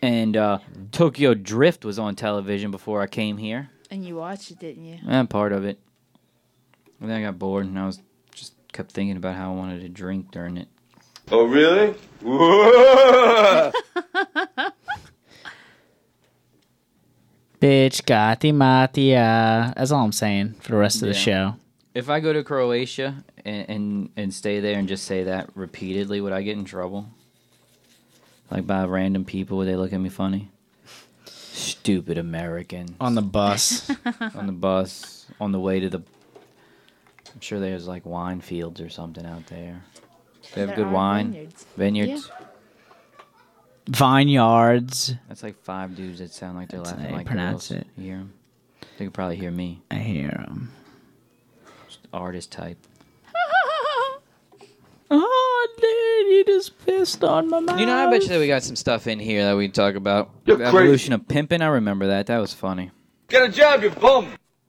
and uh, Tokyo Drift was on television before I came here. And you watched it, didn't you? I'm part of it. And then I got bored, and I was just kept thinking about how I wanted to drink during it. Oh, really? Whoa! Bitch got him out there. That's all I'm saying for the rest of the Yeah. show. If I go to Croatia and, and and stay there and just say that repeatedly, would I get in trouble? Like by random people, would they look at me funny? Stupid American. On the bus. on the bus on the way to the. I'm sure there's like wine fields or something out there. They have There good are wine. vineyards. Vineyards. Vineyards. That's like five dudes that sound like they're That's how laughing you like pronounce girls. it. You hear 'em? They could probably hear me. I hear him. Artist type. Oh, dude, you just pissed on my mouth. You know, I bet you that we got some stuff in here that we can talk about. You're The crazy. Evolution of pimping. I remember that. That was funny. Get a job, you bum!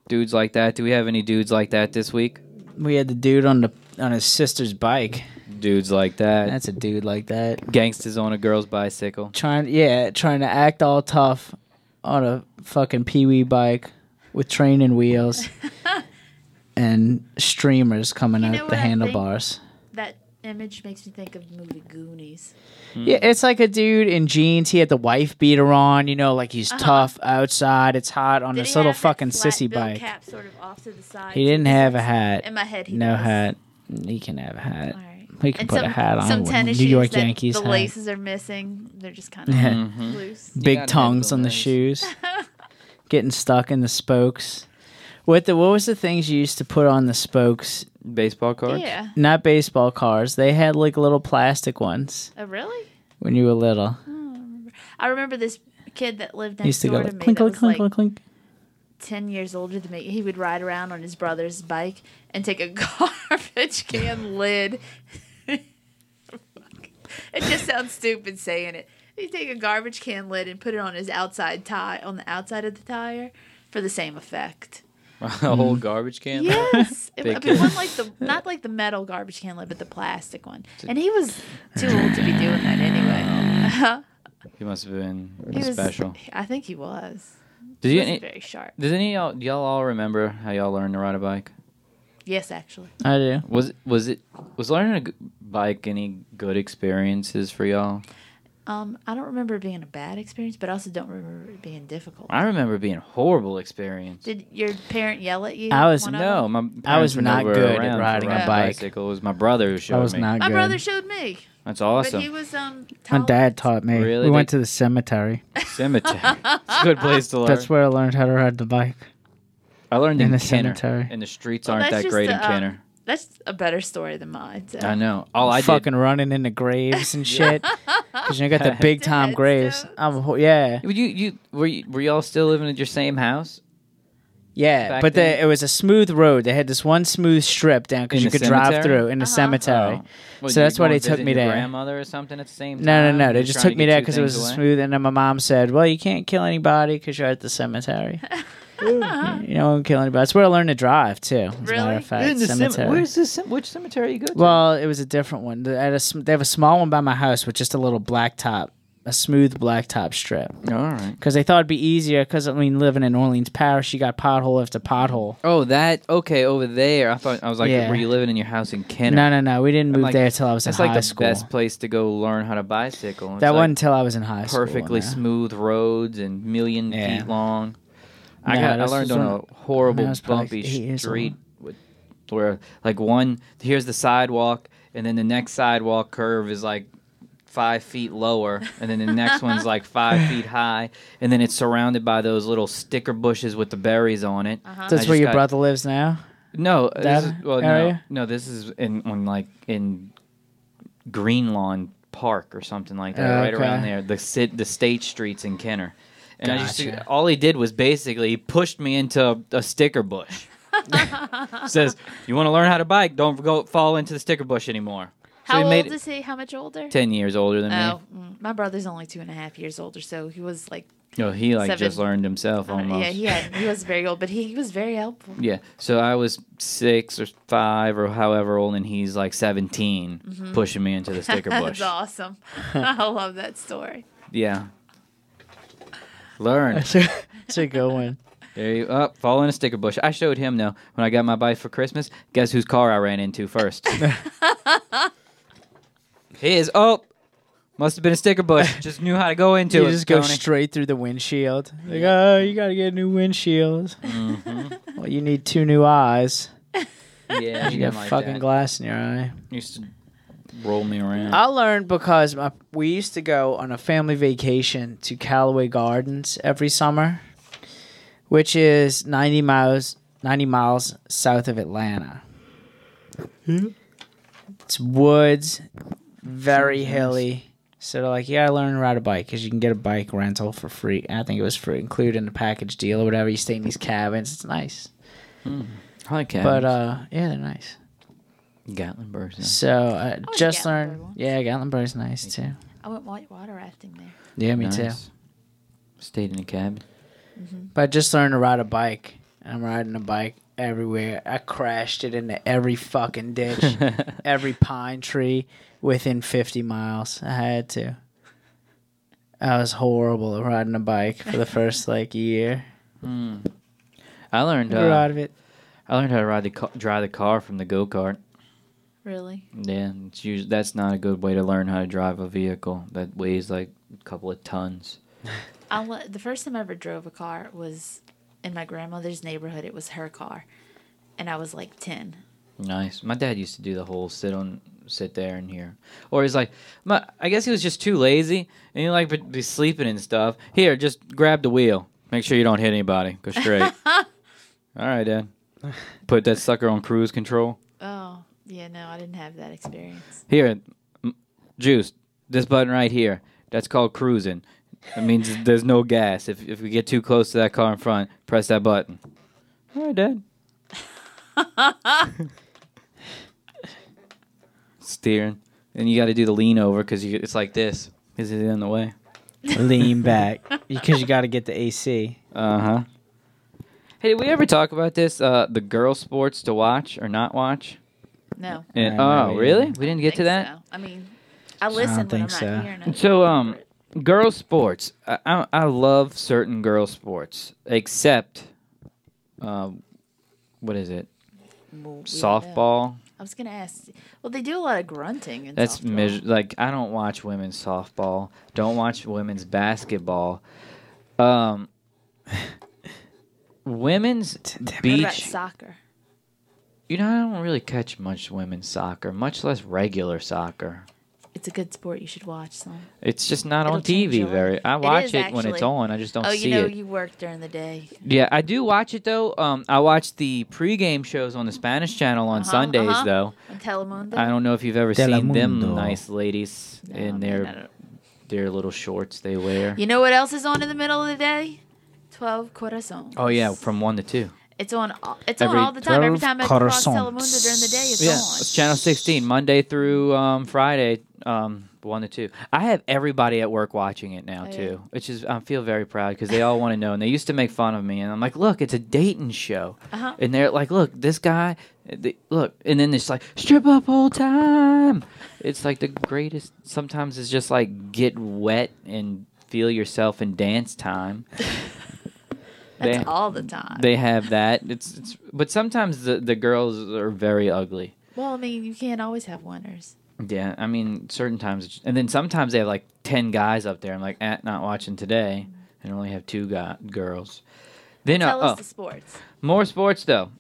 Dudes like that. Do we have any dudes like that this week? we had the dude on the on his sister's bike. Dudes like that. That's a dude like that. Gangsters on a girl's bicycle. Trying, yeah, trying to act all tough on a fucking peewee bike with training wheels and streamers coming You know out what the I think? handlebars. That image makes me think of the movie Goonies. Yeah, it's like a dude in jeans. He had the wife beater on, you know, like he's tough outside. It's hot on Uh-huh. Did this he little have that fucking flat sissy bill bike. Cap sort of off to the side. He didn't so it's have a like- hat. In my head, he no does. hat. He can have a hat. All right. He can And put some, a hat on. Some with tennis New shoes York that Yankees The hat. laces are missing. They're just kind of Yeah. loose. You Big gotta tongues have on the those. shoes. Getting stuck in the spokes. What the what was the things you used to put on the spokes? Baseball cards. Yeah. Not baseball cars. They had like little plastic ones Oh, really? when you were little. I remember this kid that lived They next used to go door to like me. clink, that clink, was clink, like clink, clink. ten years older than me. He would ride around on his brother's bike and take a garbage can lid. it just sounds stupid saying it. He'd take a garbage can lid and put it on his outside tire, on the outside of the tire, for the same effect. a whole garbage can. Yes, it, Big I mean, kid. one like the not like the metal garbage can lid, but the plastic one. And he was too old to be doing that anyway. He must have been he was special. I think he was. Did He you? was Any, very sharp. does any y'all, do y'all all remember how y'all learned to ride a bike? Yes, actually. I do. Was it was it was learning a g- bike any good experiences for y'all? Um, I don't remember it being a bad experience, but I also don't remember it being difficult. I remember it being a horrible experience. Did your parent yell at you? I was- one of No, them? my I was parents were not never good at around for riding a riding bike. bicycle. It was my brother who showed I was me. not My good. brother showed me. That's awesome. But he was um My dad taught me. Really? We went They- to the cemetery. Cemetery. it's a good place to learn. That's where I learned how to ride the bike. I learned in in, the Kenner, cemetery. and the streets Well, aren't that's that just great in a, um, Kenner. That's a better story than mine. so. I know. All I did- fucking running into graves and shit. Because you got the big time graves. I'm, a ho- yeah, Were you you were you, were y'all still living at your same house? yeah. Back but then- the, it was a smooth road. They had this one smooth strip down In because you the could drive cemetery? Uh-huh. Oh. through in the cemetery. Well, so you that's go why and they took visit me your there. Grandmother or something at the same time. No, no, no. They Um, You're just trying took to me get there two because it things was away? smooth. And then my mom said, "Well, you can't kill anybody because you're at the cemetery. you don't kill anybody." That's where I learned to drive too. As a matter Really? of fact, In the cem- uh, cemetery. where's the cem- which cemetery you go to? Well, it was a different one. They had a sm- they have a small one by my house with just a little black top, a smooth black top strip. All right. Because they thought it'd be easier. Because I mean, living in Orleans Parish, you got pothole after pothole. Oh, that okay over there. I thought I was like, Yeah. were you living in your house in Kenner? No, no, no. We didn't I'm move like, there till I was in that's like high the school. best place to go learn how to bicycle. It's That like wasn't till I was in high school. perfectly no. smooth roads and million Yeah. feet long. I No, got I this learned was on when- a horrible when I was probably eight bumpy years street with, where like one here's the sidewalk and then the next sidewalk curve is like five feet lower and then the next one's like five feet high and then it's surrounded by those little sticker bushes with the berries on it. I That's just where your got- brother lives now. No, uh, That this is, well, no, area? no, this is in on like in Green Lawn Park or something like that, Oh, right around okay. there. The sit the state streets in Kenner, and I just Gotcha. all he did was basically he pushed me into a, a sticker bush. Says you want to learn how to bike, don't go fall into the sticker bush anymore. How he old it is he? How much older? ten years older than me. Oh, mm, my brother's only two and a half years older, so he was like, No, he like just Seven. learned himself I don't- almost. yeah, he had, he was very old, but he, he was very helpful. Yeah. So I was six or five or however old, and he's like 17 Mhm. pushing me into the sticker bush. That's awesome. I love that story. Yeah. Learn. That's a, that's a good one. There you up. fall in a sticker bush. I showed him though when I got my bike for Christmas. Guess whose car I ran into first? His. Oh, must have been a sticker bush. Just knew how to go into you it. just go Tony. straight through the windshield. Like, oh, you gotta get a new windshield. Well, you need two new eyes. Yeah, he Mm-hmm. you got didn't like fucking that. glass Uh, in your eye. He used to roll me around. I learned because my, we used to go on a family vacation to Callaway Gardens every summer, which is 90 miles 90 miles south of Atlanta. It's woods, very hilly. So they're like, yeah, I learned to ride a bike because you can get a bike rental for free. I think it was free, included in the package deal or whatever. You stay in these cabins. It's nice. I like cabins. But uh, yeah, they're nice. Gatlinburg's nice. So I just learned. Yeah, Gatlinburg's nice too. I went white water rafting there. Yeah, me too. Nice. Stayed in a cabin. But I just learned to ride a bike. I'm riding a bike everywhere. I crashed it into every fucking ditch, every pine tree within 50 miles. I had to. I was horrible at riding a bike for the first like year. Mm. I learned. Grew uh, out of it. I learned how to ride the ca- drive the car from the go kart. Really? Yeah, it's usually, that's not a good way to learn how to drive a vehicle that weighs like a couple of tons. I le- the first time I ever drove a car was in my grandmother's neighborhood. It was her car, and I was like ten. Nice. My dad used to do the whole sit on, sit there and here, or he's like, my, I guess he was just too lazy and he like would be sleeping and stuff. Here, just grab the wheel. Make sure you don't hit anybody. Go straight. All right, Dad. Put that sucker on cruise control. Oh yeah, no, I didn't have that experience. Here, m- juice. This button right here. That's called cruising. It means there's no gas. If if we get too close to that car in front, press that button. All right, Dad. Steering, and you got to do the lean over because it's like this. Is it in the way? Lean back because you got to get the AC. Uh huh. Hey, did we ever talk about this? Uh, the girl sports to watch or not watch? No, And, I oh, remember, really? yeah. We didn't get to think that. so. I mean, I listen, but I'm think not so. hearing it. So, um, girl sports. I, I, I love certain girl sports, except, um, what is it? Well, yeah, Softball. I was gonna ask. Well, they do a lot of grunting. And That's That's measure. Like I don't watch women's softball. Don't watch women's basketball. Um, women's What about beach. soccer? You know, I don't really catch much women's soccer, much less regular soccer. It's a good sport. You should watch some. It's just not on It'll change TV your very. I It watch is, it, when it's actually. on. I just don't oh, see you know, it. you work during the day. Yeah, I do watch it though. Um, I watch the pregame shows on the Spanish channel on Uh-huh, Sundays uh-huh. though. On Telemundo. I don't know if you've ever seen them Telemundo. nice ladies Oh, in their their little shorts they wear. You know what else is on in the middle of the day? Twelve corazon. Oh yeah, from one to two. It's on. all- It's Every on all the time. Every 12 time I cross corazones. Telemundo during the day, it's yeah, on. it's channel sixteen, Monday through um, Friday, um, one to two. I have everybody at work watching it now Oh, yeah. too, which is I feel very proud because they all want to know, and they used to make fun of me, and I'm like, look, it's a dating show, Uh-huh. and they're like, look, this guy, the, look, and then it's like strip up whole time. It's like the greatest. Sometimes it's just like get wet and feel yourself in dance time. They- That's all the time. they have that. It's, it's but sometimes the, the girls are very ugly. well, I mean, you can't always have winners. Yeah, I mean certain times, it's- and then sometimes they have like ten guys up there. I'm like, eh, not watching today, and only have two guy, girls. Then Tell uh, us oh, the sports. more sports though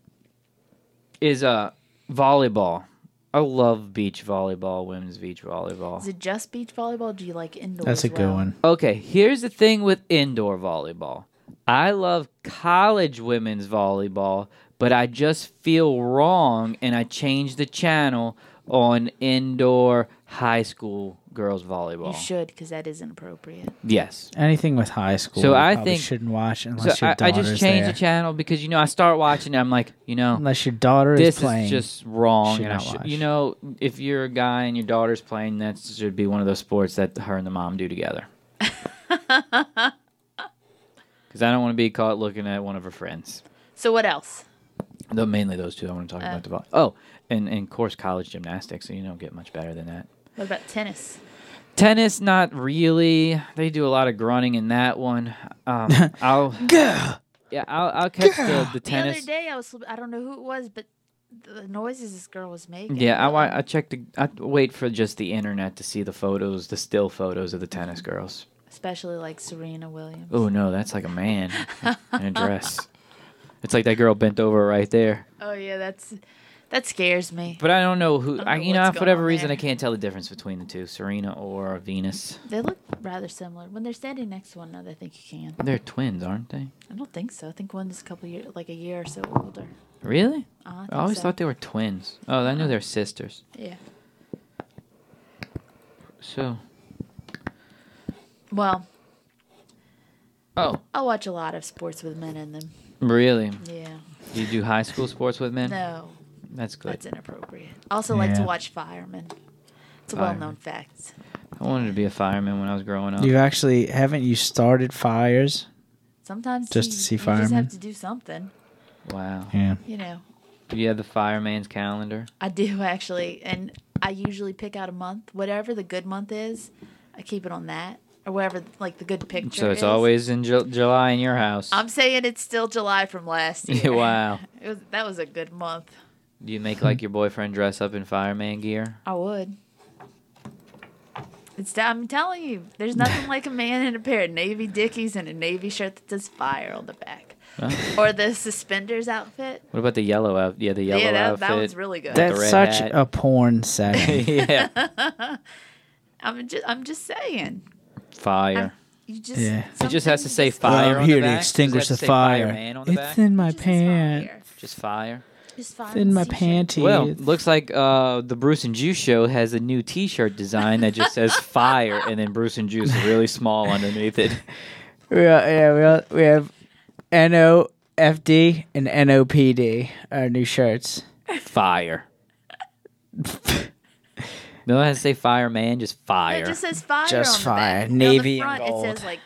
is uh volleyball. I love beach volleyball, women's beach volleyball. Is it just beach volleyball? Do you like indoor? as well? Okay, here's the thing with indoor volleyball. I love college women's volleyball, but I just feel wrong and I change the channel on indoor high school girls volleyball. You should, because that is inappropriate. Yes. Anything with high school. So you I probably think- shouldn't watch So unless your I, I daughter's just change there. the channel because you know I start watching and I'm like, you know, unless your daughter this is playing. is just wrong. should And I not should, watch. you know, if you're a guy and your daughter's playing, that should be one of those sports that her and the mom do together. Because I don't want to be caught looking at one of her friends. So what else? Though mainly those two I want to talk Uh. about. The vol- oh, and, and of course college gymnastics. So you don't get much better than that. What about tennis? Tennis, not really. They do a lot of grunting in that one. Um, I'll yeah, I'll, I'll catch the, the tennis. The other day, I was—I don't know who it was, but the noises this girl was making. Yeah, I, wa- I checked. The, I wait for just the internet to see the photos, the still photos of the tennis girls. Especially like Serena Williams. Oh no, that's like a man in a dress. It's like that girl bent over right there. Oh yeah, that's that scares me. But I don't know who. I don't I, know you know, what's for going whatever on reason, there. I can't tell the difference between the two, Serena or Venus. They look rather similar when they're standing next to one another. I think you can. They're twins, aren't they? I don't think so. I think one is a couple years, like a year or so older. Really? Uh, I think I always so. thought they were twins. Oh, I knew they're sisters. Yeah. So, Well, oh, I watch a lot of sports with men in them. really? Yeah. Do you do high school sports with men? No, That's good. that's inappropriate. I also like to Yeah. watch firemen. It's a Firemen. well-known fact. I wanted to be a fireman when I was growing up. You actually haven't you started fires? Sometimes Just you, to see you just firemen? have to do something. Wow. Yeah. You know, Do you have the fireman's calendar? I do actually, and I usually pick out a month, whatever the good month is. I keep it on that, or whatever like the good picture. so it's is. always in Ju- July in your house. I'm saying it's still July from last year. wow. It was, that was a good month. Do you make like your boyfriend dress up in fireman gear? I would. It's. I'm telling you, there's nothing like a man in a pair of navy dickies and a navy shirt that says fire on the back, Huh? or the suspenders outfit. What about the yellow outfit? Yeah, the yellow yeah, that, outfit. that one's really good. with the That's red such hat. a porn segment. yeah, I'm just. I'm just saying. fire. You just. Yeah. It just has to say Well, fire. I'm on here the back. to Does it extinguish have to the say fire. Fireman on the it's back? in my pants. Just fire. Just It's fine. in my panties. Well, looks like uh, the Bruce and Juice show has a new T-shirt design that just says "fire" and then Bruce and Juice really small underneath it. we are, yeah, we, are, we have NOFD and NOPD, our new shirts. Fire. no, I say fireman, just fire. It just says fire. Just on fire. The back. And on the Navy and front, It gold. says like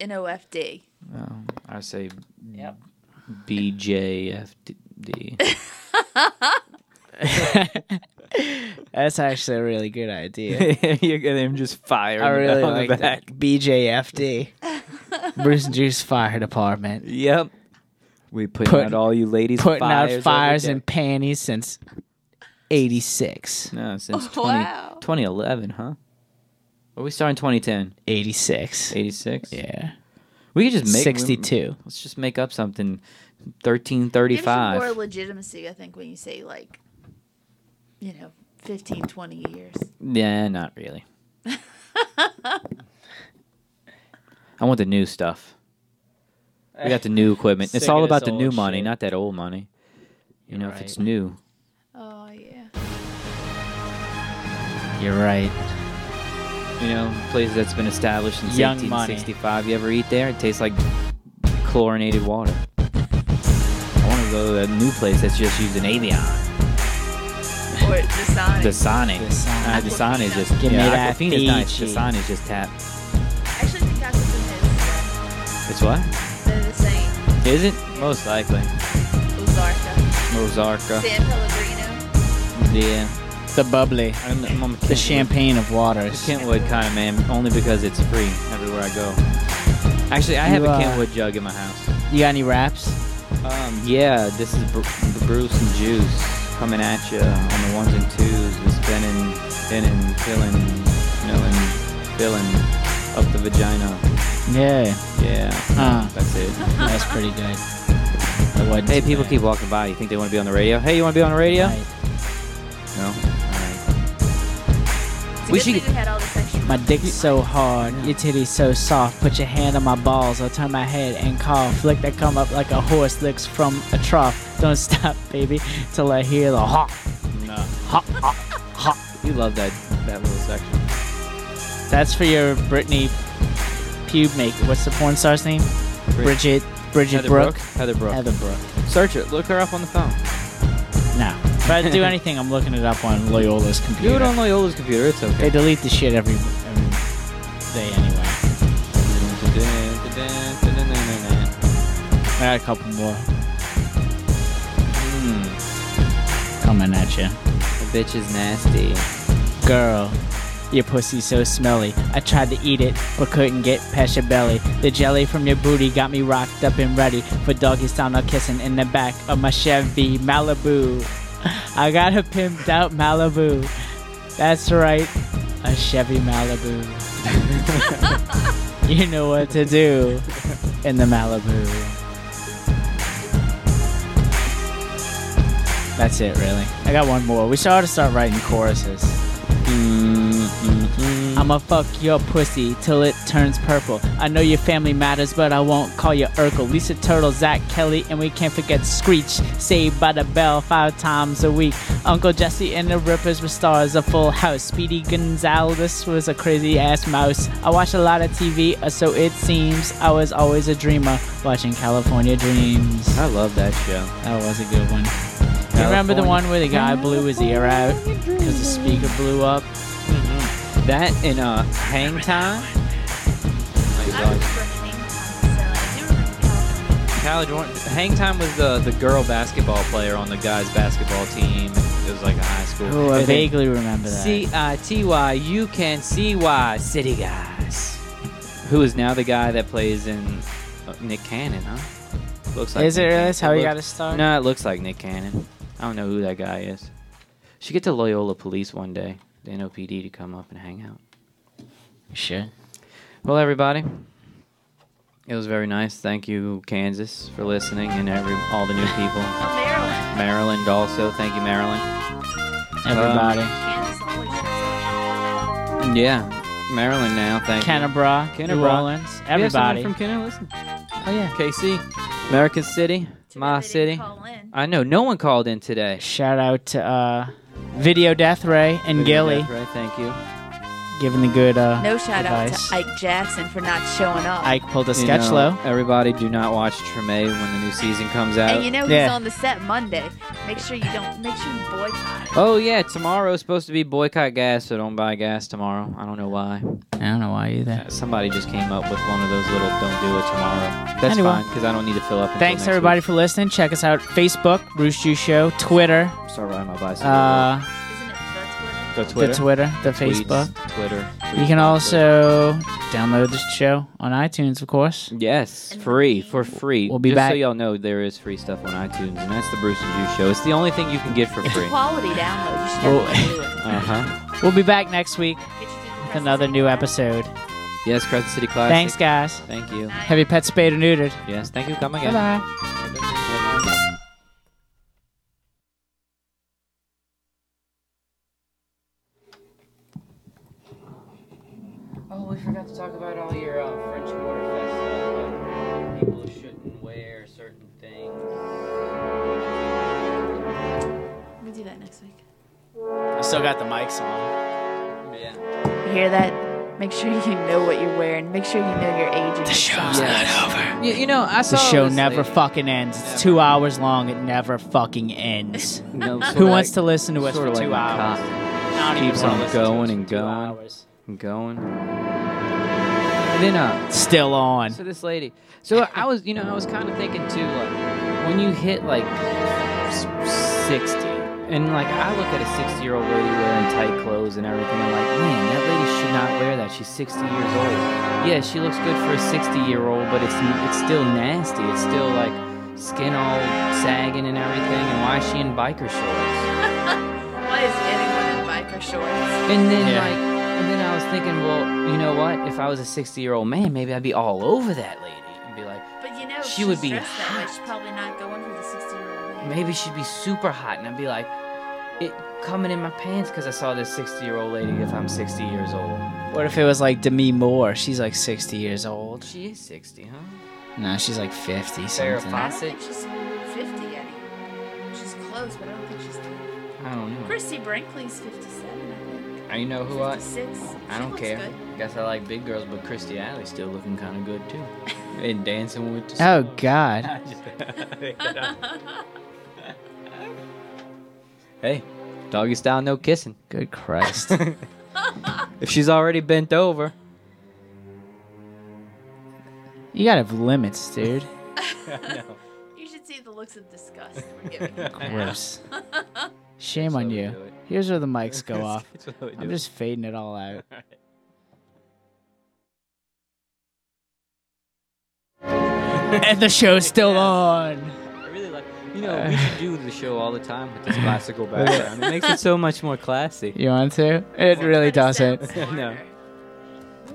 NOFD. Oh, I say BJFD. That's actually a really good idea. you get him just fire. I on the- really on the like back. that. BJFD. Bruce and Juice Fire Department. Yep. We putting, out all you ladies putting fires out fires every and panties since '86. No, since 20, 2011, huh? Or we started in 2010. 86. 86? Yeah. We could just make 62. Let's just make up something. Gives you more 1335. legitimacy, I think, when you say like, you know, 15, 20 years. Yeah, not really. I want the new stuff. We got the new equipment. it's Sick all of this about the new old money, shit. not that old money. You know, if it's new, Oh yeah. you're right. You know, places that's been established since Young money. 1865. You ever eat there? It tastes like chlorinated water. I want to go to a new place that's just using Avion. Or Dasani. Dasani. Uh, Dasani is just Give me yeah, that Aquafina's nice. peachy. Dasani is just tap. Actually, I think Aquafina It's what? is they're the same. Is it? Most likely. Ozarka, Mozarka. San Pellegrino. Yeah. The bubbly. the champagne of waters. Kentwood kind of man, only because it's free everywhere I go. Actually, I You, have a uh, Kentwood jug in my house. You got any wraps? Um, yeah, this is Bru- Bruce and Juice coming at you on the ones and twos. It's been and spinning, filling, knowing, filling up the vagina. Yeah. Yeah, Huh. that's it. That's pretty good. Hey, people keep walking by. You think they want to be on the radio? Hey, you want to be on the radio? Right. No. All right. It's a We good should thing we had all this extra. My dick's so hard, your titty's so soft. Put your hand on my balls, I'll turn my head and cough. Lick that come up like a horse licks from a trough. Don't stop, baby, till I hear the honk. No. You love that that little section. That's for your Britney pube maker. What's the porn star's name? Brit- Bridget. Bridget Heather Brooke. Brooke? Heather Brooke. Heather Brooke. Search it. Look her up on the phone. No. If I do anything, I'm looking it up on Loyola's computer. Do it on Loyola's computer. It's They okay. delete the shit every, every day anyway. I got a couple more Mm, Hmm. coming at you. the bitch is nasty. Girl, your pussy's so smelly. I tried to eat it, but couldn't get past your belly. The jelly from your booty got me rocked up and ready for doggy style no kissing in the back of my Chevy Malibu. I got a pimped out Malibu. That's right, a Chevy Malibu. you know what to do in the Malibu. That's it, really. I got one more. We should ought to start writing choruses. I'ma fuck your pussy till it turns purple. I know your family matters, but I won't call you Urkel. Lisa Turtle, Zach Kelly, and we can't forget Screech. Saved by the Bell five times a week. Uncle Jesse and the Rippers were stars of Full House. Speedy Gonzales was a crazy ass mouse. I watch a lot of TV, uh, so it seems I was always a dreamer watching California Dreams. I love that show. That was a good one. You remember the California. one where the guy blew his ear out because the speaker blew up? That in uh, Hang Time. I remember hanging out, so I do remember California. College Warren- Hang Time was the the girl basketball player on the guys basketball team. It was like a high school. Oh, I And they- vaguely remember that. C I T Y. You can see why City Guys. Who is now the guy that plays in uh, Nick Cannon? Huh? Looks Is it really? Nick Cannon. That's how you looks- gotta start? No, it looks like Nick Cannon. I don't know who that guy is. Should get the Loyola Police one day, the NOPD, to come up and hang out. Shit. Well, everybody, it was very nice. Thank you, Kansas, for listening, and every all the new people. Oh, Maryland. Maryland also. Thank you, Maryland. Um, Everybody. Kansas always has Yeah, Maryland now. Thank you. Kennebra, New Kennebra. Orleans, We have someone everybody. from Kenner, listen. oh yeah. KC, American City, Too my bad they didn't city. call in. I know no one called in today. Shout out to uh, Video Death Ray and Gilly Right, thank you. giving the good uh, No shout out advice. to Ike Jackson for not showing up. Ike pulled a You sketch know, low. Everybody, do not watch Treme when the new season comes out. And you know he's Yeah. on the set Monday. Make sure you don't. Make sure you boycott. oh yeah, tomorrow's supposed to be boycott gas, so don't buy gas tomorrow. I don't know why. I don't know why either. Uh, Somebody just came up with one of those little "don't do it tomorrow." That's Anyway. fine because I don't need to fill up. until Thanks next everybody for listening. Check us out Facebook, Bruce Juice Show, Twitter, Week. Start riding my bicycle. uh, Isn't it the the Twitter, the Twitter, the tweets, Facebook. Twitter. You tweets, can Twitter. also download this show on iTunes, of course. Yes, free for free. We'll be Just back. so y'all know, there is free stuff on iTunes, and that's the Bruce and Juice show. It's the only thing you can get for It's a free. quality download. You should Well- definitely do it. Uh huh. We'll be back next week Get you through the with rest of another the new year. episode. Yes, Crescent City Classic. Thanks, guys. Thank you. Have your pets spayed or neutered. Yes, thank you. Come Bye again. bye. Oh, we forgot to talk about all your uh, French Quarter Fest stuff. Like people shouldn't wear certain things. We'll do that next week. I still got the mics on. You hear that? Make sure you know what you're wearing. Make sure you know your age. The show's not over. You, you know, I The saw show this never lady- fucking ends. It's two hours long. It never fucking ends. No, Who wants to listen to us for two hours? Not even Keeps wanna on listen to us going for and two going and going. And then uh, Still on. So this lady. So I was, you know, I was kind of thinking too, like when you hit like s- sixty, and like I look at a sixty-year-old lady wearing tight clothes and everything, I'm like, man, that lady should not wear that. She's sixty years old. Yeah, she looks good for a sixty-year-old, but it's it's still nasty. It's still like skin all sagging and everything. And why is she in biker shorts? Why is anyone in biker shorts? And then like, and then I was thinking, well, you know what? If I was a sixty-year-old man, maybe I'd be all over that lady and be like, But you know, if She would she's be dressed that way. She's probably not going for the 60 year old. maybe she'd be super hot, and I'd be like, it coming in my pants because I saw this sixty-year-old lady. If I'm sixty years old, What if it was like Demi Moore? She's like 60 years old. she is sixty, huh? No, she's like 50 Farrah something. I I don't think she's 50 anymore. She's close, but I don't think she's. 50. I don't know. Christy Brinkley's 57, I think. I you know who I? 56. I She don't looks care. good. Guess I like big girls, but Christy Alley's still looking kind of good too, and dancing with. The Oh, Stars. God. I just- hey, doggy style, no kissing. Good Christ. if she's already bent over. You gotta have limits, dude. You should see the looks of disgust we're giving. Gross. Shame on you. Here's where the mics go off. That's how we do I'm it. just fading it all out. and the show's still on. I really like. You know, Uh. we should do the show all the time with this classical background. It makes it so much more classy. You want to? It really doesn't. no.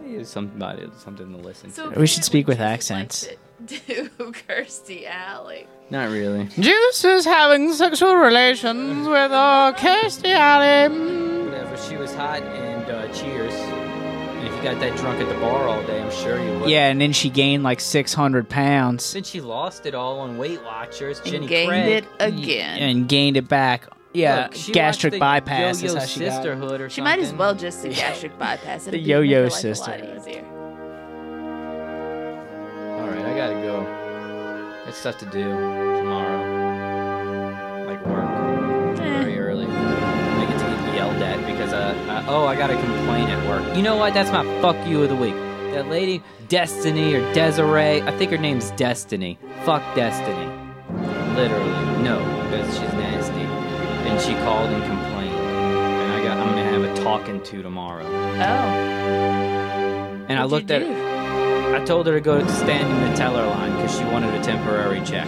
Maybe Somebody, something to listen So to. We should speak with accents. Do Kirsty Alley. Not really. Juice is having sexual relations with uh, Kirstie Alley. Whatever. She was hot and uh, cheers. And if you got that drunk at the bar all day, I'm sure you would. Yeah, and then she gained like 600 pounds Since she lost it all on Weight Watchers, Jenny gained Craig. it again. and gained it back. Yeah, Look, she gastric watched the bypass is Yo-Yo how she got. sisterhood or She might as well just do gastric bypass. It'll The be- make her yo-yo life a lot sister. easier. All right, I gotta go. It's stuff to do tomorrow, like work, very early. I get to get yelled at because uh, uh oh, I got a complaint at work. You know what? That's my fuck you of the week. That lady, Destiny or Desiree, I think her name's Destiny. Fuck Destiny. Literally, no, because she's nasty. And she called and complained, and I got I'm gonna have a talking to tomorrow. Oh. And I looked at her. I told her to go to stand in the teller line because she wanted a temporary check.